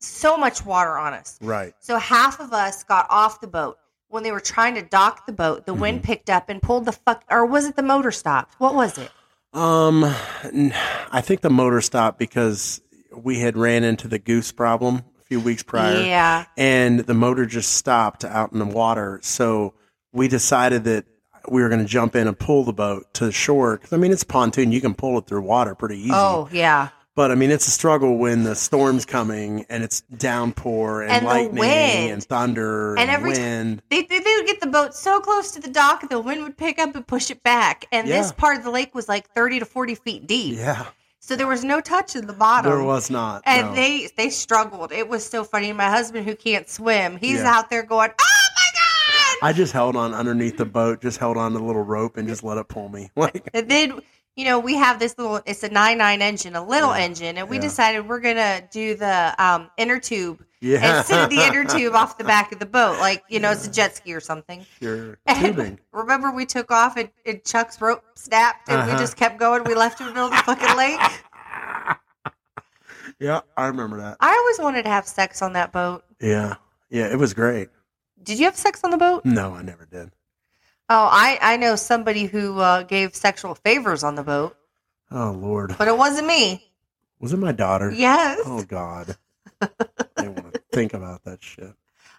Speaker 2: so much water on us.
Speaker 1: Right.
Speaker 2: So half of us got off the boat. When they were trying to dock the boat, the
Speaker 1: Mm-hmm.
Speaker 2: wind picked up and pulled the fuck, or was it the motor stopped? What was it?
Speaker 1: Um, n- I think the motor stopped because we had ran into the goose problem a few weeks prior,
Speaker 2: Yeah.
Speaker 1: and the motor just stopped out in the water. So we decided that we were going to jump in and pull the boat to the shore because I mean it's pontoon; you can pull it through water pretty easy.
Speaker 2: Oh, yeah.
Speaker 1: But I mean, it's a struggle when the storm's coming and it's downpour and,
Speaker 2: And the
Speaker 1: lightning
Speaker 2: wind.
Speaker 1: and thunder and,
Speaker 2: And every ti-
Speaker 1: wind.
Speaker 2: They, they, they would get the boat so close to the dock, the wind would pick up and push it back. And this
Speaker 1: Yeah.
Speaker 2: part of the lake was like 30 to 40 feet deep.
Speaker 1: yeah,
Speaker 2: So there was no touch in the bottom.
Speaker 1: there was not.
Speaker 2: Oh. and
Speaker 1: no.
Speaker 2: they they struggled. It was so funny. My husband, who can't swim, he's
Speaker 1: Yeah.
Speaker 2: out there going, "Oh my god!"
Speaker 1: I just held on underneath the boat, just held on to the little rope and just let it pull me. [laughs] Like,
Speaker 2: And then you know we have this little. It's a nine nine engine, a little
Speaker 1: Yeah.
Speaker 2: engine, and we
Speaker 1: Yeah.
Speaker 2: decided we're gonna do the um, inner tube
Speaker 1: yeah,
Speaker 2: and sit the
Speaker 1: [laughs]
Speaker 2: inner tube off the back of the boat, like you know it's a jet ski or something.
Speaker 1: You're
Speaker 2: [laughs] And
Speaker 1: tubing.
Speaker 2: Remember, we took off and, and Chuck's rope snapped, and we
Speaker 1: Uh-huh.
Speaker 2: just kept going. We left him in the middle of the
Speaker 1: [laughs]
Speaker 2: fucking lake.
Speaker 1: Yeah, I remember that.
Speaker 2: I always wanted to have sex on that boat.
Speaker 1: Yeah, yeah, it was great.
Speaker 2: Did you have sex on the boat?
Speaker 1: No, I never did.
Speaker 2: Oh, I, I know somebody who uh, gave sexual favors on the boat,
Speaker 1: Oh Lord,
Speaker 2: but it wasn't me.
Speaker 1: was it my daughter?
Speaker 2: Yes.
Speaker 1: Oh God, I didn't
Speaker 2: [laughs]
Speaker 1: want to think about that shit.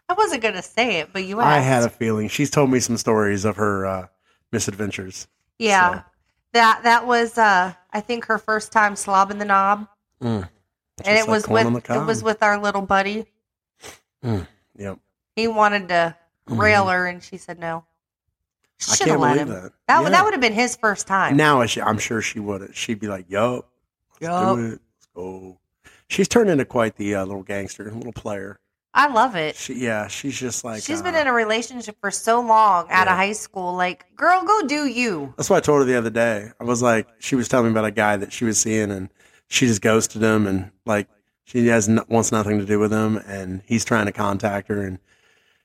Speaker 2: I wasn't going to say it, but you asked.
Speaker 1: I had a feeling. She's told me some stories of her uh, misadventures.
Speaker 2: yeah.
Speaker 1: so.
Speaker 2: That that was uh, I think her first time slobbing the knob,
Speaker 1: Mm.
Speaker 2: and
Speaker 1: Just
Speaker 2: it
Speaker 1: like
Speaker 2: was
Speaker 1: corn on
Speaker 2: with
Speaker 1: the
Speaker 2: it was
Speaker 1: cob.
Speaker 2: with our little buddy.
Speaker 1: Yep.
Speaker 2: He wanted to rail
Speaker 1: Mhm.
Speaker 2: her, and she said no.
Speaker 1: Mm-hmm. I
Speaker 2: Should have
Speaker 1: can't
Speaker 2: let
Speaker 1: believe
Speaker 2: him.
Speaker 1: that.
Speaker 2: That w-
Speaker 1: Yeah.
Speaker 2: that would have been his first time.
Speaker 1: Now I sh- I'm sure she would. She'd be like, "Yup, let's
Speaker 2: Yup.
Speaker 1: do it. Let's go." She's turned into quite the uh, little gangster, little player.
Speaker 2: I love it.
Speaker 1: She, yeah, she's just like
Speaker 2: She's
Speaker 1: uh,
Speaker 2: been in a relationship for so long out
Speaker 1: Yeah.
Speaker 2: of high school. Like, girl, go do you.
Speaker 1: That's what I told her the other day. I was like, she was telling me about a guy that she was seeing, and she just ghosted him, and like she has n- wants nothing to do with him, and he's trying to contact her, and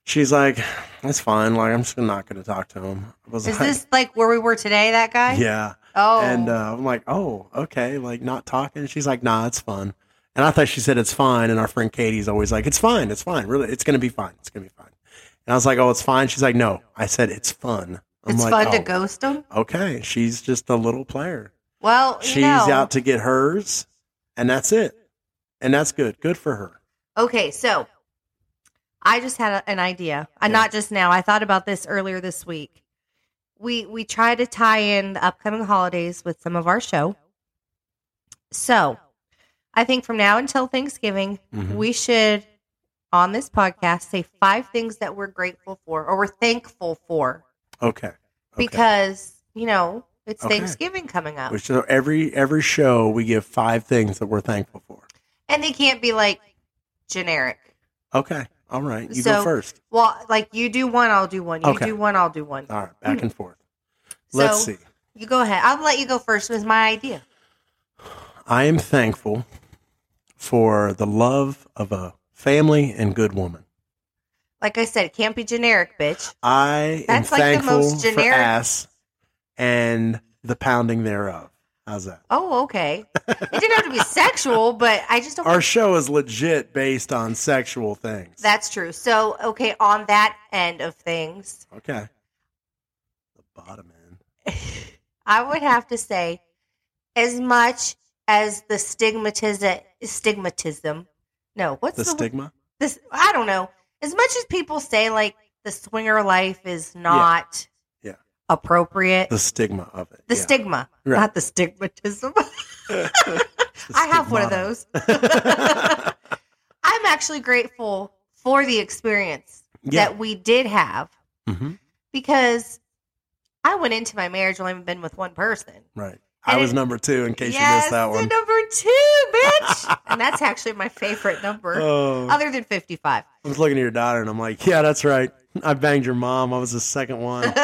Speaker 1: she's like, "That's fine. Like, I'm just not going to talk to him." I was
Speaker 2: Is
Speaker 1: like,
Speaker 2: this like where we were today? That guy?
Speaker 1: "Yeah,"
Speaker 2: Oh,
Speaker 1: and uh, I'm like, "Oh, okay." Like, not talking. She's like, "Nah, it's fun." And I thought she said it's fine, and our friend Katie's always like, "It's fine. It's fine. Really, it's going to be fine. It's going to be fine." And I was like, "Oh, it's fine." She's like, "No." I said, "It's fun." I'm
Speaker 2: it's
Speaker 1: like,
Speaker 2: fun to
Speaker 1: "Oh,
Speaker 2: ghost him.
Speaker 1: Okay, she's just a little player.
Speaker 2: Well, you
Speaker 1: She's
Speaker 2: know.
Speaker 1: out to get hers, and that's it. And that's good. Good for her.
Speaker 2: Okay, so I just had a, an idea. Uh,
Speaker 1: Yeah.
Speaker 2: Not just now. I thought about this earlier this week. We we try to tie in the upcoming holidays with some of our show. So, I think from now until Thanksgiving,
Speaker 1: Mhm.
Speaker 2: we should on this podcast say five things that we're grateful for or we're thankful for
Speaker 1: Okay. okay.
Speaker 2: because, you know, it's
Speaker 1: Okay.
Speaker 2: Thanksgiving coming up.
Speaker 1: We- so every every show we give five things that we're thankful for.
Speaker 2: and they can't be like generic.
Speaker 1: Okay. All right. You
Speaker 2: So-
Speaker 1: go first.
Speaker 2: Well, like you do one, I'll do one. You
Speaker 1: Okay.
Speaker 2: do one, I'll do one.
Speaker 1: All right. Back and forth. Let's
Speaker 2: Hmm. so
Speaker 1: see.
Speaker 2: you go ahead. I'll let you go first. It was my idea.
Speaker 1: I am thankful for the love of a family and good woman.
Speaker 2: Like I said, it can't be generic, bitch.
Speaker 1: I
Speaker 2: That's
Speaker 1: am
Speaker 2: like the
Speaker 1: thankful
Speaker 2: most generic-
Speaker 1: for ass and the pounding thereof. How's that?
Speaker 2: Oh, okay. It didn't have
Speaker 1: [laughs]
Speaker 2: to be sexual, but I just don't.
Speaker 1: Our show is legit based on sexual things.
Speaker 2: That's true. So, okay, on that end of things,
Speaker 1: Okay. The bottom end.
Speaker 2: I would have to say, as much as the stigmatiza- stigmatism, no, what's
Speaker 1: The
Speaker 2: the,
Speaker 1: stigma?
Speaker 2: this? I don't know. As much as people say, like the swinger life is not
Speaker 1: Yeah.
Speaker 2: appropriate,
Speaker 1: The stigma of it.
Speaker 2: the
Speaker 1: yeah.
Speaker 2: stigma,
Speaker 1: Right.
Speaker 2: not the stigmatism.
Speaker 1: [laughs]
Speaker 2: [laughs]
Speaker 1: The
Speaker 2: I have one of
Speaker 1: stigmata.
Speaker 2: those.
Speaker 1: [laughs]
Speaker 2: I'm actually grateful for the experience
Speaker 1: yeah.
Speaker 2: that we did have
Speaker 1: Mhm.
Speaker 2: because I went into my marriage only been with one person.
Speaker 1: Right. I
Speaker 2: And
Speaker 1: was
Speaker 2: it-
Speaker 1: number two in case you
Speaker 2: yes,
Speaker 1: missed that
Speaker 2: the
Speaker 1: one.
Speaker 2: number two,
Speaker 1: [laughs]
Speaker 2: bitch. and that's actually my favorite number,
Speaker 1: Oh, I
Speaker 2: other than 55.
Speaker 1: was looking at your daughter and I'm like, yeah, that's right. I banged your mom. I was the second
Speaker 2: [laughs]
Speaker 1: one.
Speaker 2: [laughs]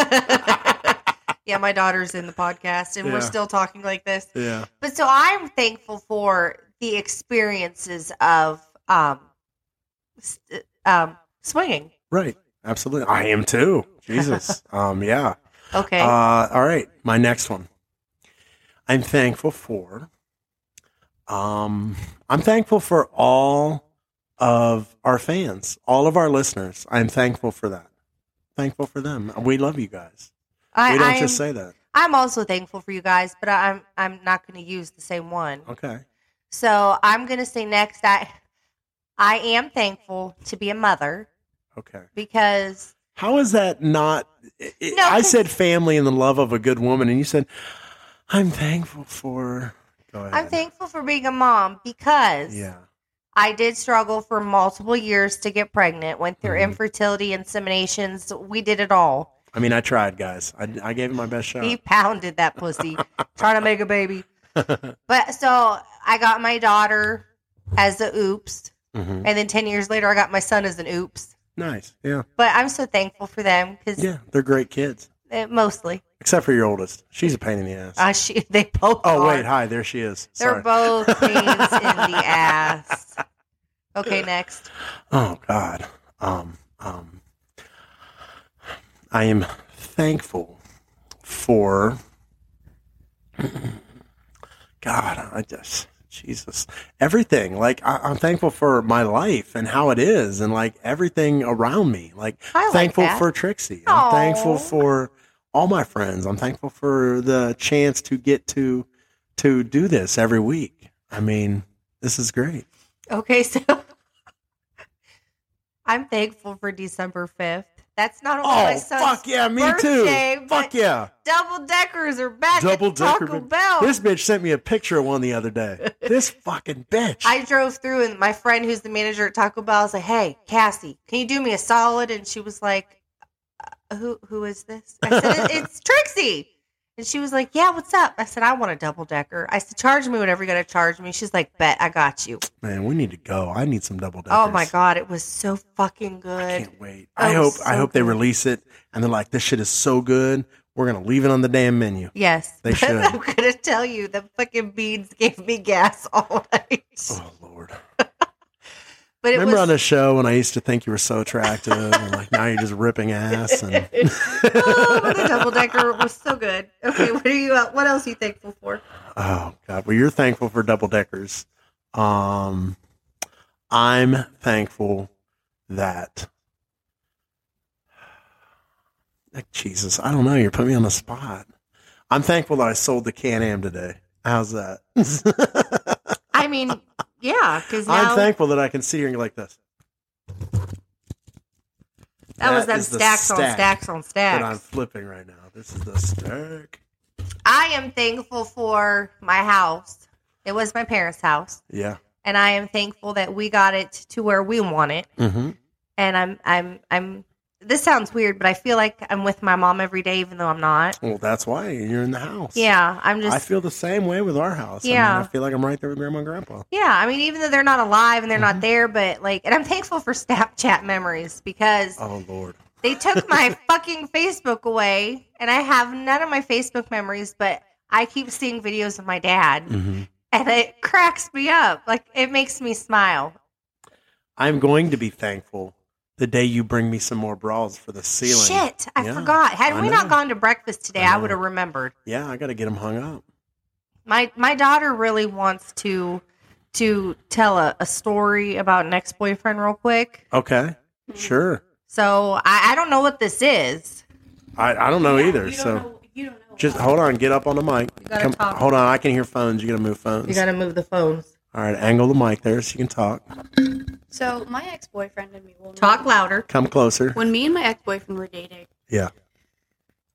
Speaker 2: yeah, my daughter's in the podcast, and
Speaker 1: Yeah.
Speaker 2: we're still talking like this.
Speaker 1: yeah.
Speaker 2: But so I'm thankful for the experiences of um, s- um, swinging.
Speaker 1: Right. Absolutely. I am too.
Speaker 2: [laughs]
Speaker 1: Jesus. um, yeah.
Speaker 2: Okay.
Speaker 1: Uh, all right, my next one. I'm thankful for. Um, I'm thankful for all of our fans, all of our listeners. I'm thankful for that. Thankful for them. We love you guys.
Speaker 2: I,
Speaker 1: we don't
Speaker 2: I'm,
Speaker 1: just say that.
Speaker 2: I'm also thankful for you guys, but I'm I'm not going to use the same one.
Speaker 1: Okay.
Speaker 2: So I'm going to say next. I I am thankful to be a mother
Speaker 1: Okay.
Speaker 2: because
Speaker 1: How is that not? i i-
Speaker 2: No,
Speaker 1: I
Speaker 2: 'cause-
Speaker 1: said family and the love of a good woman, and you said I'm thankful for Go ahead.
Speaker 2: I'm thankful for being a mom because
Speaker 1: Yeah.
Speaker 2: I did struggle for multiple years to get pregnant. Went through
Speaker 1: Mhm.
Speaker 2: infertility, inseminations. We did it all.
Speaker 1: I mean, I tried, guys. I, I gave it my best
Speaker 2: He
Speaker 1: shot.
Speaker 2: pounded
Speaker 1: [laughs]
Speaker 2: that pussy trying to make a baby. But so I got my daughter as a oops,
Speaker 1: Mhm.
Speaker 2: and then ten years later I got my son as an oops.
Speaker 1: Nice. Yeah.
Speaker 2: But I'm so thankful for them because
Speaker 1: Yeah. They're great kids,
Speaker 2: mostly
Speaker 1: except for your oldest. She's a pain in the ass.
Speaker 2: uh, she [laughs] they both.
Speaker 1: oh,
Speaker 2: are.
Speaker 1: wait. Hi. There she is. Sorry. [laughs]
Speaker 2: They're both pains in the ass. Okay, next.
Speaker 1: Oh God. Um. Um. I am thankful for. God, I just Jesus, everything. Like I, I'm thankful for my life and how it is, and like everything around me. Like
Speaker 2: I like
Speaker 1: thankful
Speaker 2: that.
Speaker 1: for Trixie.
Speaker 2: Aw.
Speaker 1: I'm thankful for all my friends. I'm thankful for the chance to get to to do this every week. I mean, this is great.
Speaker 2: Okay, so [laughs] I'm thankful for December 5th. That's not only my
Speaker 1: Oh,
Speaker 2: son's
Speaker 1: fuck yeah, me
Speaker 2: birthday,
Speaker 1: too.
Speaker 2: but
Speaker 1: Fuck yeah.
Speaker 2: Double deckers are back at
Speaker 1: Double-decker
Speaker 2: Taco
Speaker 1: big-
Speaker 2: Bell.
Speaker 1: This bitch sent me a picture of one the other
Speaker 2: [laughs]
Speaker 1: day. This fucking bitch.
Speaker 2: I drove through, and my friend who's the manager at Taco Bell was like, "Hey, Cassie, can you do me a solid?" And she was like, uh, "Who who is this?" I
Speaker 1: [laughs]
Speaker 2: said, "It- "It's Trixie." And she was like, "Yeah, what's up?" I said, "I want a double decker." I said, "Charge me whatever you're gonna charge me." She's like, "Bet, I got you."
Speaker 1: Man, we need to go. I need some double deckers.
Speaker 2: Oh my god, it was so fucking
Speaker 1: I
Speaker 2: good.
Speaker 1: can't wait.
Speaker 2: That
Speaker 1: I hope
Speaker 2: was
Speaker 1: I
Speaker 2: so
Speaker 1: hope they
Speaker 2: good.
Speaker 1: release it and they're like, this shit is so good. We're gonna leave it on the damn menu.
Speaker 2: Yes,
Speaker 1: They
Speaker 2: but
Speaker 1: should.
Speaker 2: [laughs] I'm gonna tell you, the fucking beans gave me gas [laughs] all night.
Speaker 1: Oh Lord.
Speaker 2: But it
Speaker 1: Remember
Speaker 2: was
Speaker 1: on the show when I used to think you were so attractive and like now you're just ripping ass
Speaker 2: [laughs]
Speaker 1: and
Speaker 2: oh, but the double
Speaker 1: [laughs]
Speaker 2: decker was so good. Okay, what are you? uh, What else are you thankful for?
Speaker 1: Oh God! Well, you're thankful for double deckers. Um, I'm thankful that Like, Jesus. I don't know. You're putting me on the spot. I'm thankful that I sold the Can Am today. How's that? [laughs]
Speaker 2: I mean, yeah, because now
Speaker 1: I'm thankful that I can see her like this.
Speaker 2: that was them
Speaker 1: is the
Speaker 2: stacks on
Speaker 1: stack
Speaker 2: stacks on
Speaker 1: That I'm
Speaker 2: stacks.
Speaker 1: flipping right now. This is the stack.
Speaker 2: I am thankful for my house. It was my parents' house,
Speaker 1: Yeah.
Speaker 2: and I am thankful that we got it to where we want it.
Speaker 1: Mm-hmm.
Speaker 2: And I'm, I'm, I'm. This sounds weird, but I feel like I'm with my mom every day, even though I'm not.
Speaker 1: Well, that's why you're in the house.
Speaker 2: Yeah, I'm just.
Speaker 1: I feel the same way with our house. I,
Speaker 2: Yeah.
Speaker 1: mean, I feel like I'm right there with grandma and grandpa.
Speaker 2: Yeah, I mean, even though they're not alive and they're
Speaker 1: Mhm.
Speaker 2: not there, but like, and I'm thankful for Snapchat memories because
Speaker 1: Oh Lord. [laughs]
Speaker 2: they took my fucking Facebook away, and I have none of my Facebook memories, but I keep seeing videos of my dad,
Speaker 1: Mm-hmm.
Speaker 2: and it cracks me up. Like, it makes me smile.
Speaker 1: I'm going to be thankful the day you bring me some more bras for the ceiling.
Speaker 2: Shit, I
Speaker 1: Yeah,
Speaker 2: forgot. Had
Speaker 1: I
Speaker 2: we
Speaker 1: know.
Speaker 2: not gone to breakfast today,
Speaker 1: I
Speaker 2: I,
Speaker 1: know.
Speaker 2: would have remembered.
Speaker 1: Yeah, I got to get them hung up.
Speaker 2: My my daughter really wants to to tell a, a story about an ex boyfriend real quick.
Speaker 1: Okay,
Speaker 2: Mm-hmm.
Speaker 1: sure.
Speaker 2: So I, I don't know what this is.
Speaker 1: I, I don't know
Speaker 3: Yeah,
Speaker 1: either.
Speaker 3: you don't
Speaker 1: so
Speaker 3: know- you don't know.
Speaker 1: just hold on, get up on the mic.
Speaker 2: gotta talk.
Speaker 1: Hold on, I can hear phones. You got to move phones.
Speaker 2: You gotta move the phones.
Speaker 1: All right, angle the mic there so you can talk.
Speaker 3: So my ex-boyfriend and me. Well,
Speaker 2: Talk louder.
Speaker 1: Come closer.
Speaker 3: When me and my ex-boyfriend were dating.
Speaker 1: Yeah.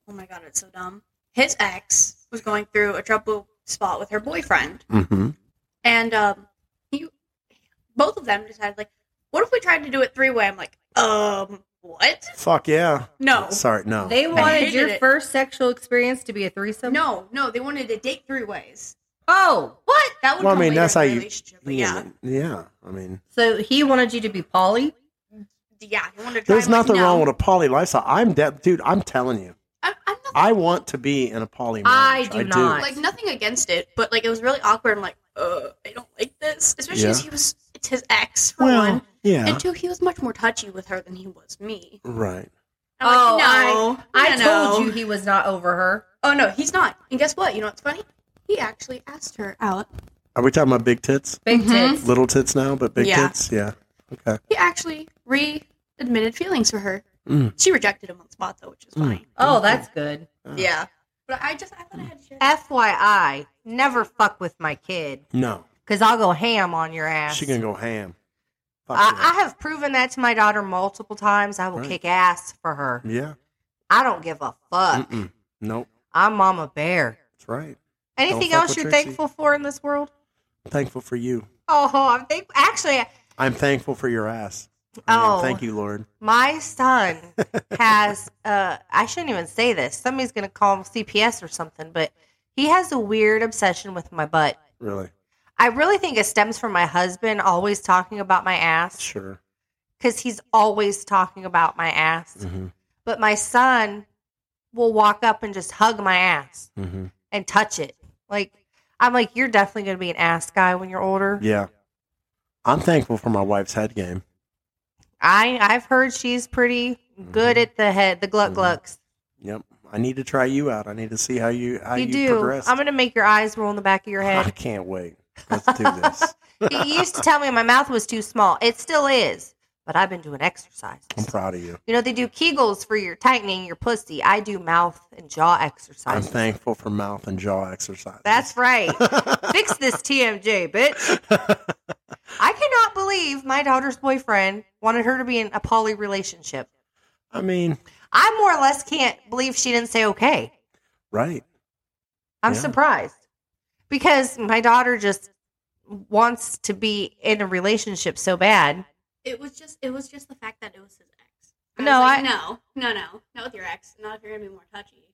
Speaker 3: Oh my god, it's so dumb. His ex was going through a trouble spot with her boyfriend,
Speaker 1: Mm-hmm.
Speaker 3: and um, he, both of them decided like, what if we tried to do it three way? I'm like, um, what?
Speaker 1: Fuck yeah.
Speaker 3: No,
Speaker 1: Sorry, no.
Speaker 2: They
Speaker 1: No.
Speaker 2: wanted
Speaker 3: hated
Speaker 2: your
Speaker 3: it.
Speaker 2: first sexual experience to be a threesome.
Speaker 3: no, no. They wanted to date three ways.
Speaker 2: Oh,
Speaker 3: What? That would.
Speaker 1: Well, I
Speaker 3: come
Speaker 1: mean,
Speaker 3: later
Speaker 1: that's
Speaker 3: in
Speaker 1: how
Speaker 3: the
Speaker 1: you-
Speaker 3: relationship, but Yeah.
Speaker 1: Yeah. I mean,
Speaker 2: so he wanted you to be poly.
Speaker 3: Yeah. He wanted to try.
Speaker 1: there's
Speaker 3: I'm like,
Speaker 1: nothing wrong
Speaker 3: no.
Speaker 1: with a poly lifestyle. I'm de- dude. I'm telling you,
Speaker 3: I'm, I'm not
Speaker 1: I want to be in a poly.
Speaker 2: I
Speaker 1: marriage.
Speaker 2: do not.
Speaker 3: like nothing against it, but like it was really awkward. I'm like, uh, I don't like this, especially
Speaker 1: Yeah.
Speaker 3: as he was it's his ex for
Speaker 1: Well,
Speaker 3: one,
Speaker 1: yeah.
Speaker 3: and two, he was much more touchy with her than he was me.
Speaker 1: Right.
Speaker 3: I'm like,
Speaker 2: Oh,
Speaker 3: no,
Speaker 2: I
Speaker 3: no,
Speaker 2: told
Speaker 3: no.
Speaker 2: you he was not over her.
Speaker 3: Oh no, he's not. And guess what? You know what's funny? He actually asked her out.
Speaker 1: Are we talking about big tits?
Speaker 2: Big
Speaker 3: Mhm.
Speaker 2: tits.
Speaker 1: Little tits now, but big
Speaker 3: Yeah.
Speaker 1: tits? Yeah. Okay.
Speaker 3: He actually re-admitted feelings for her.
Speaker 1: Mm.
Speaker 3: She rejected him on the spot though, which is
Speaker 1: Mm.
Speaker 3: fine.
Speaker 2: Oh, that's good.
Speaker 3: Yeah, but I just I thought I had to share. that.
Speaker 2: FYI, never fuck with my kid
Speaker 1: No.
Speaker 2: because I'll go ham on your ass.
Speaker 1: She can go ham. Fuck
Speaker 2: I, I have proven that to my daughter multiple times. I will
Speaker 1: Right.
Speaker 2: kick ass for her.
Speaker 1: yeah.
Speaker 2: I don't give a
Speaker 1: yeah.
Speaker 2: fuck.
Speaker 1: Mm-mm. Nope.
Speaker 2: I'm Mama Bear.
Speaker 1: That's right.
Speaker 2: Anything
Speaker 1: fuck
Speaker 2: else
Speaker 1: with
Speaker 2: you're
Speaker 1: Trixie.
Speaker 2: thankful for in this world?
Speaker 1: I'm thankful for you.
Speaker 2: Oh, I'm thank- actually,
Speaker 1: I'm thankful for your ass. I am.
Speaker 2: Oh.
Speaker 1: thank you, Lord.
Speaker 2: my
Speaker 1: [laughs]
Speaker 2: son has. Uh, I shouldn't even say this. Somebody's gonna call him CPS or something, but he has a weird obsession with my butt.
Speaker 1: Really,
Speaker 2: I really think it stems from my husband always talking about my ass
Speaker 1: sure.
Speaker 2: because he's always talking about my ass.
Speaker 1: hmm
Speaker 2: But my son will walk up and just hug my ass
Speaker 1: hmm
Speaker 2: and touch it. Like I'm like, you're definitely gonna be an ass guy when you're older.
Speaker 1: Yeah, I'm thankful for my wife's head game.
Speaker 2: I I've heard she's pretty good
Speaker 1: Mhm.
Speaker 2: at the head, the gluck
Speaker 1: Mhm.
Speaker 2: glucks.
Speaker 1: Yep, I need to try you out. I need to see how you how
Speaker 2: You,
Speaker 1: you,
Speaker 2: do.
Speaker 1: progress.
Speaker 2: I'm gonna make your eyes roll in the back
Speaker 1: [laughs]
Speaker 2: of your
Speaker 1: I
Speaker 2: head.
Speaker 1: can't wait. Let's do
Speaker 2: [laughs]
Speaker 1: this.
Speaker 2: he used to tell me my mouth was too small. It still is, but I've been doing exercises.
Speaker 1: I'm proud of you.
Speaker 2: You know they do Kegels for your tightening your pussy. I do mouth and jaw
Speaker 1: I'm
Speaker 2: exercises.
Speaker 1: thankful for mouth and jaw exercise.
Speaker 2: That's right.
Speaker 1: right.
Speaker 2: Fix this TMJ, bitch. I cannot believe my daughter's boyfriend wanted her to be in a poly relationship.
Speaker 1: [laughs] I mean,
Speaker 2: I more or less can't believe she didn't say okay.
Speaker 1: right.
Speaker 2: I'm
Speaker 1: Yeah.
Speaker 2: surprised because my daughter just wants to be in a relationship so bad.
Speaker 3: It was just it was just the fact that it was his ex. I
Speaker 2: No,
Speaker 3: was like,
Speaker 2: I-
Speaker 3: no, no, no, not with your ex. Not if you're gonna be more touchy.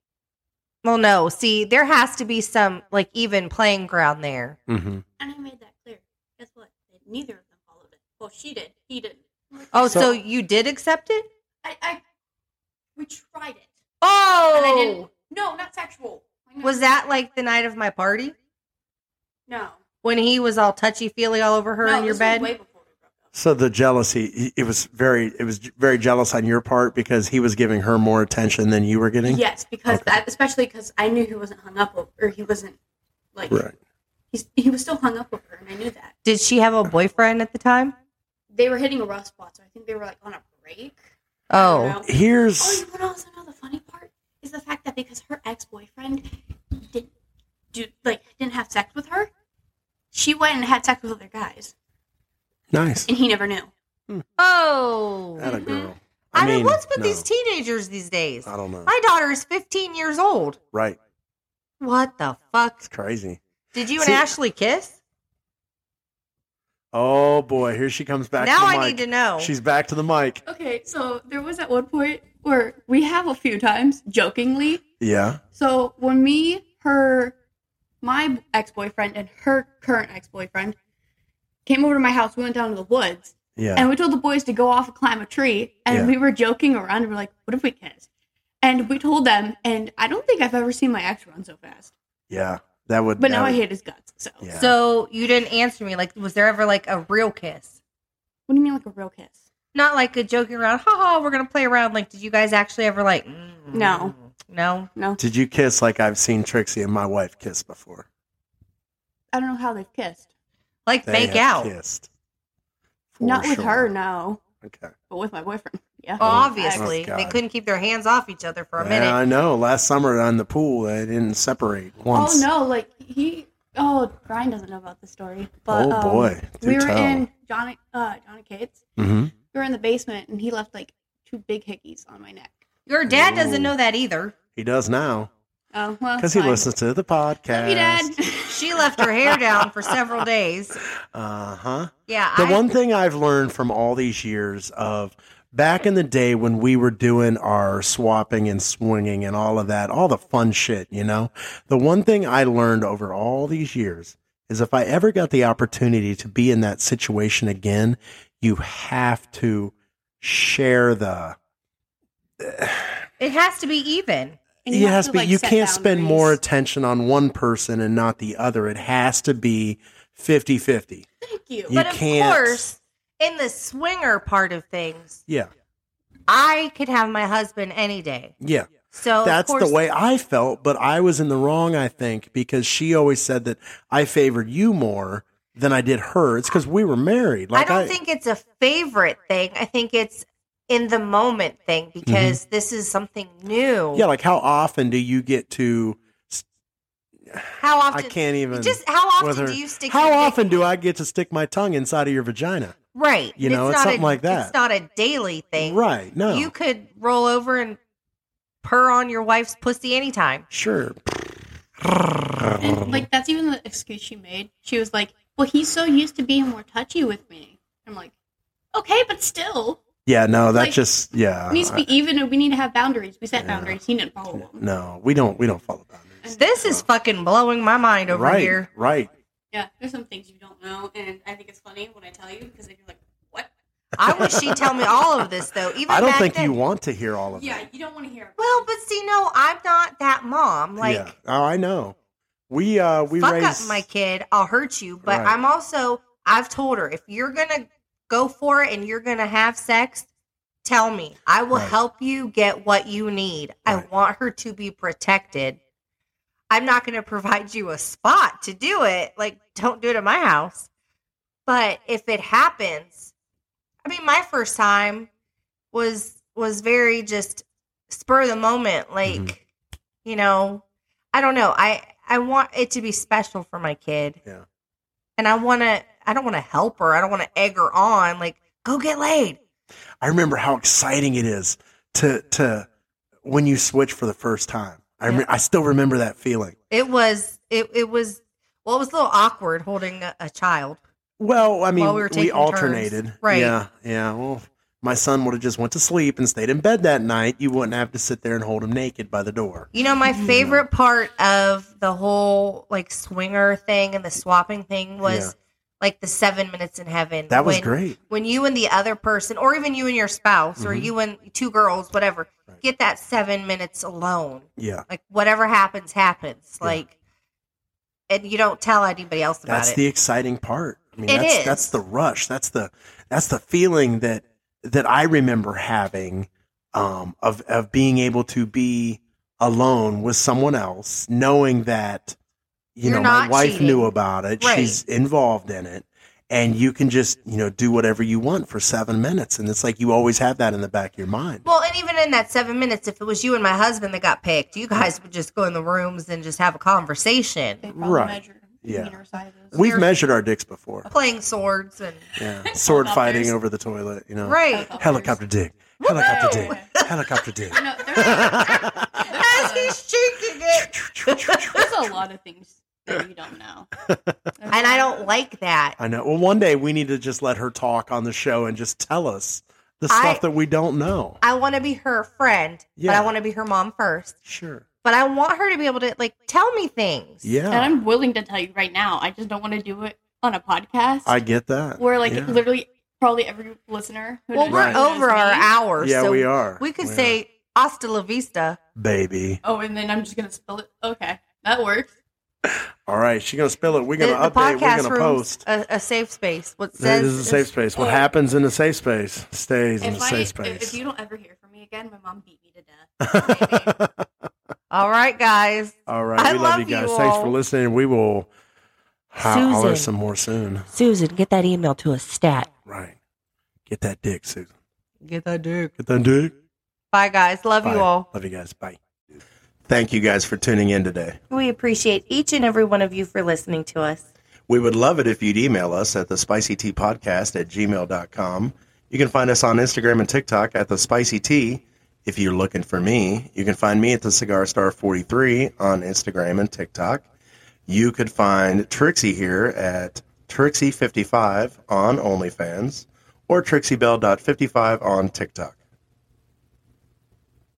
Speaker 2: Well, no, see, there has to be some like even playing ground there.
Speaker 1: Mm-hmm.
Speaker 3: And I made that clear. Guess what? Neither of them followed it. Well, she did. He didn't. I'm like,
Speaker 2: Oh, so,
Speaker 1: So-
Speaker 2: you did accept it?
Speaker 3: I, I we tried it. And I
Speaker 2: Oh,
Speaker 3: didn't. No, not sexual. Like, no.
Speaker 2: was that like the night of my party
Speaker 3: no?
Speaker 2: when he was all touchy feely all over her
Speaker 3: no,
Speaker 2: in your
Speaker 3: this was
Speaker 2: bed?
Speaker 3: way before we broke up.
Speaker 1: So the jealousy, it- it was very, it was very jealous on your part because he was giving her more attention than you were getting.
Speaker 3: Yes, because
Speaker 1: Okay.
Speaker 3: I, especially because I knew he wasn't hung up over, or he wasn't like
Speaker 1: Right.
Speaker 3: he's, he was still hung up over, her, and I knew that
Speaker 2: Did she have a boyfriend at the time?
Speaker 3: they were hitting a rough spot. So I think they were like on a break. I don't
Speaker 2: Oh,
Speaker 3: know. Oh,
Speaker 1: Here's
Speaker 3: you want to also know the funny part is the fact that because her ex boyfriend didn't do like didn't have sex with her, she went and had sex with other guys,
Speaker 1: nice.
Speaker 3: and he never knew.
Speaker 2: oh.
Speaker 1: At a girl.
Speaker 2: I, mean, what's with
Speaker 1: no,
Speaker 2: these teenagers these days?
Speaker 1: I don't know.
Speaker 2: My daughter is 15 years old.
Speaker 1: Right.
Speaker 2: What the fuck?
Speaker 1: It's crazy.
Speaker 2: Did you and
Speaker 1: See-
Speaker 2: Ashley kiss?
Speaker 1: Oh boy, here she comes back.
Speaker 2: now
Speaker 1: to the
Speaker 2: I
Speaker 1: mic.
Speaker 2: need to know.
Speaker 1: She's back to the mic.
Speaker 3: Okay, so there was at one point where we have a few times jokingly.
Speaker 1: Yeah.
Speaker 3: So when me, her, my ex boyfriend, and her current ex boyfriend came over to my house, we went down to the woods,
Speaker 1: Yeah.
Speaker 3: and we told the boys to go off and climb a tree. And
Speaker 1: Yeah.
Speaker 3: we were joking around, and we're like, "What if we kissed?" And we told them, and I don't think I've ever seen my ex run so fast.
Speaker 1: Yeah. That would.
Speaker 3: But now
Speaker 1: that
Speaker 3: I
Speaker 1: would-
Speaker 3: hate his guts. So
Speaker 1: Yeah.
Speaker 2: So you didn't answer me. Like, was there ever like a real kiss?
Speaker 3: what do you mean, like a real kiss?
Speaker 2: Not like a joking around. Ha ha. We're gonna play around. Like, did you guys actually ever like? mm,
Speaker 3: No.
Speaker 2: No.
Speaker 3: No,
Speaker 1: Did you kiss like I've seen Trixie and my wife kiss before?
Speaker 3: I don't know how they've kissed.
Speaker 2: Like,
Speaker 1: They
Speaker 2: make
Speaker 1: have
Speaker 2: out.
Speaker 1: Kissed. For
Speaker 3: Not with
Speaker 1: sure.
Speaker 3: her, no,
Speaker 1: Okay.
Speaker 3: but with my boyfriend. Yeah.
Speaker 2: Well, obviously,
Speaker 1: Oh, God.
Speaker 2: they couldn't keep their hands off each other for a
Speaker 1: yeah,
Speaker 2: minute.
Speaker 1: I know. Last summer on the pool, they didn't separate once.
Speaker 3: Oh no, like he. Oh, Brian doesn't know about the story. But,
Speaker 1: Oh,
Speaker 3: um,
Speaker 1: boy. Do
Speaker 3: we were
Speaker 1: tell.
Speaker 3: in Johnny uh, Johnny Kate's.
Speaker 1: Mm-hmm.
Speaker 3: We were in the basement, and he left like two big hickeys on my neck.
Speaker 2: Your dad
Speaker 1: Ooh.
Speaker 2: doesn't know that either.
Speaker 1: He does now
Speaker 3: Oh well,
Speaker 1: because he
Speaker 3: fine.
Speaker 1: listens to the podcast.
Speaker 3: Love you, Dad. [laughs]
Speaker 2: She left her hair down for several days.
Speaker 1: Uh huh.
Speaker 2: Yeah.
Speaker 1: The
Speaker 2: I,
Speaker 1: one thing I've learned from all these years of back in the day when we were doing our swapping and swinging and all of that, all the fun shit, you know, the one thing I learned over all these years is if I ever got the opportunity to be in that situation again, you have to share the.
Speaker 2: It has to be even.
Speaker 3: And
Speaker 1: it has
Speaker 3: to,
Speaker 1: to be,
Speaker 3: like,
Speaker 1: you
Speaker 3: set
Speaker 1: can't spend
Speaker 3: boundaries.
Speaker 1: more attention on one person and not the other. It has to be 50 50.
Speaker 3: Thank you.
Speaker 1: You
Speaker 2: but of
Speaker 1: can't-
Speaker 2: course, in the swinger part of things,
Speaker 1: Yeah.
Speaker 2: I could have my husband any day.
Speaker 1: Yeah.
Speaker 2: So of
Speaker 1: That's
Speaker 2: course-
Speaker 1: the way I felt, but I was in the wrong, I think, because she always said that I favored you more than I did her. It's because we were married. Like
Speaker 2: I don't think it's a favorite thing. I think it's in the moment thing because this is something new.
Speaker 1: Mm-hmm. Yeah, like how often do you get to?
Speaker 2: How often?
Speaker 1: I can't even.
Speaker 2: Just how often
Speaker 1: with her-
Speaker 2: do you stick?
Speaker 1: How
Speaker 2: your
Speaker 1: often
Speaker 2: dick-
Speaker 1: do I get to stick my tongue inside of your vagina?
Speaker 2: Right.
Speaker 1: you know, it's
Speaker 2: not
Speaker 1: something
Speaker 2: a,
Speaker 1: like that.
Speaker 2: It's not a daily thing.
Speaker 1: Right? No.
Speaker 2: You could roll over and purr on your wife's pussy anytime.
Speaker 1: sure.
Speaker 3: And like that's even the excuse she made. She was like, "Well, he's so used to being more touchy with me." I'm like, "Okay, but still,
Speaker 1: Yeah, no, that
Speaker 3: Like,
Speaker 1: just yeah.
Speaker 3: it needs to be even. and We need to have boundaries. We set
Speaker 1: Uh, Yeah.
Speaker 3: boundaries. He didn't follow them.
Speaker 1: no, we don't we don't follow boundaries.
Speaker 2: This is fucking blowing my mind over
Speaker 1: right,
Speaker 2: here.
Speaker 1: right.
Speaker 3: Yeah, there's some things you don't know, and I think it's funny when I tell you because then you're like, "What?"
Speaker 2: I wish she'd tell me all of this though. Even
Speaker 1: [laughs] I don't
Speaker 2: back
Speaker 1: think
Speaker 2: then-
Speaker 1: you want to hear all of
Speaker 3: Yeah,
Speaker 1: it.
Speaker 3: you don't want to hear.
Speaker 2: Well, but see, no, I'm not that mom. Like,
Speaker 1: yeah. Oh, I know. We uh we
Speaker 2: fuck
Speaker 1: raised
Speaker 2: up my kid, I'll hurt you. But
Speaker 1: Right.
Speaker 2: I'm also, I've told her if you're gonna go for it and you're gonna have sex, tell me. I will
Speaker 1: Right.
Speaker 2: help you get what you need. I
Speaker 1: Right.
Speaker 2: want her to be protected. I'm not gonna [laughs] provide you a spot to do it. Like, don't do it at my house. But if it happens, I mean, my first time was was very just spur of the moment like
Speaker 1: Mhm.
Speaker 2: you know i don't know i i want it to be special for my kid
Speaker 1: Yeah.
Speaker 2: and i want to i don't want to help her i don't want to egg her on like go get laid
Speaker 1: I remember how exciting it is to to when you switch for the first time. I rem-
Speaker 2: Yeah.
Speaker 1: I still remember that feeling.
Speaker 2: it was it, it was well it was a little awkward holding a, a child
Speaker 1: Well, I mean,
Speaker 2: While we
Speaker 1: we,
Speaker 2: were taking turns.
Speaker 1: alternated,
Speaker 2: Right.
Speaker 1: Yeah, yeah. Well, my son would have just went to sleep and stayed in bed that night. You wouldn't have to sit there and hold him naked by the door.
Speaker 2: you know my
Speaker 3: Mhm.
Speaker 2: favorite part of the whole like swinger thing and the swapping thing was like the seven minutes in heaven
Speaker 1: That was
Speaker 2: when-
Speaker 1: great.
Speaker 2: when you and the other person, or even you and your spouse, or
Speaker 1: Mhm.
Speaker 2: you and two girls, whatever,
Speaker 1: Right.
Speaker 2: get that seven minutes alone.
Speaker 1: Yeah,
Speaker 2: Like whatever happens, happens.
Speaker 1: Yeah.
Speaker 2: Like, and you don't tell anybody else about
Speaker 1: that's
Speaker 2: it.
Speaker 1: the exciting part. I mean,
Speaker 2: It
Speaker 1: that's
Speaker 2: is.
Speaker 1: that's the rush. That's the that's the feeling that that I remember having um, of of being able to be alone with someone else, knowing that you
Speaker 2: You're
Speaker 1: know my
Speaker 2: not
Speaker 1: wife
Speaker 2: cheating.
Speaker 1: knew about it.
Speaker 2: Right.
Speaker 1: She's involved in it. And you can just, you know, do whatever you want for seven minutes. And it's like you always have that in the back of your mind.
Speaker 2: well, and even in that seven minutes, if it was you and my husband that got picked, you guys would just go in the rooms and just have a conversation,
Speaker 3: They probably
Speaker 1: Right.
Speaker 3: measure
Speaker 1: Yeah.
Speaker 3: meter sizes.
Speaker 1: We've measured our dicks
Speaker 2: [laughs]
Speaker 1: before.
Speaker 2: playing swords and
Speaker 1: Yeah. Sword fighting
Speaker 3: Helicopters.
Speaker 1: over the toilet, you know.
Speaker 2: right.
Speaker 1: Helicopter dick.
Speaker 2: Woo-hoo!
Speaker 1: Helicopter dick. Helicopter dick.
Speaker 3: No,
Speaker 1: [laughs]
Speaker 3: there's,
Speaker 2: As he's cheeking it,
Speaker 1: [laughs]
Speaker 3: there's a lot of things that you don't know,
Speaker 2: and I don't like that.
Speaker 1: I know. Well, one day we need to just let her talk on the show and just tell us the
Speaker 2: I-
Speaker 1: stuff that we don't know.
Speaker 2: I want to be her friend, but
Speaker 1: Yeah.
Speaker 2: I want to be her mom first.
Speaker 1: Sure.
Speaker 2: but I want her to be able to like tell me things.
Speaker 3: and
Speaker 1: Yeah.
Speaker 3: I'm willing to tell you right now. I just don't want to do it on a podcast
Speaker 1: I get that.
Speaker 3: where, like,
Speaker 1: yeah.
Speaker 3: literally, probably every listener. Who
Speaker 2: Well,
Speaker 3: knows-
Speaker 2: we're
Speaker 1: Right.
Speaker 2: over
Speaker 3: knows
Speaker 2: our
Speaker 3: me-
Speaker 2: hour,
Speaker 1: Yeah,
Speaker 2: so
Speaker 1: we are.
Speaker 2: we could
Speaker 1: We are.
Speaker 2: say hasta la vista.
Speaker 1: baby.
Speaker 3: Oh, and then I'm just gonna spill it. Okay, that works.
Speaker 1: All right, she's gonna spill it. We're
Speaker 2: The,
Speaker 1: gonna
Speaker 2: the
Speaker 1: update. We're
Speaker 2: podcast
Speaker 1: gonna
Speaker 2: room's
Speaker 1: post.
Speaker 2: a, a safe space. What
Speaker 1: This
Speaker 2: says
Speaker 1: is a safe space. What
Speaker 3: Oh.
Speaker 1: happens in the safe space stays in
Speaker 3: If,
Speaker 1: the
Speaker 3: I,
Speaker 1: safe
Speaker 3: if,
Speaker 1: space.
Speaker 3: if you don't ever hear from me again, my mom beat me to death. Maybe.
Speaker 2: All right, guys.
Speaker 1: all right,
Speaker 2: I
Speaker 1: we love,
Speaker 2: love
Speaker 1: you guys.
Speaker 2: you
Speaker 1: Thanks
Speaker 2: all.
Speaker 1: for listening. We will ho- holler
Speaker 2: Susan.
Speaker 1: some more soon.
Speaker 2: Susan, get that email to us stat.
Speaker 1: Right, get that dick, Susan.
Speaker 2: Get that dick.
Speaker 1: Get that dick.
Speaker 2: Bye, guys. Love
Speaker 1: Bye.
Speaker 2: you all.
Speaker 1: Love you guys. Bye. Thank you guys for tuning in today.
Speaker 2: We appreciate each and every one of you for listening to us.
Speaker 1: We would love it if you'd email us at the spicy tea podcast at gmail.com. You can find us on Instagram and TikTok at the spicy tea. If you're looking for me, you can find me at the cigar star 43 on Instagram and TikTok. You could find Trixie here at Trixie55 on OnlyFans or TrixieBell.55 on TikTok.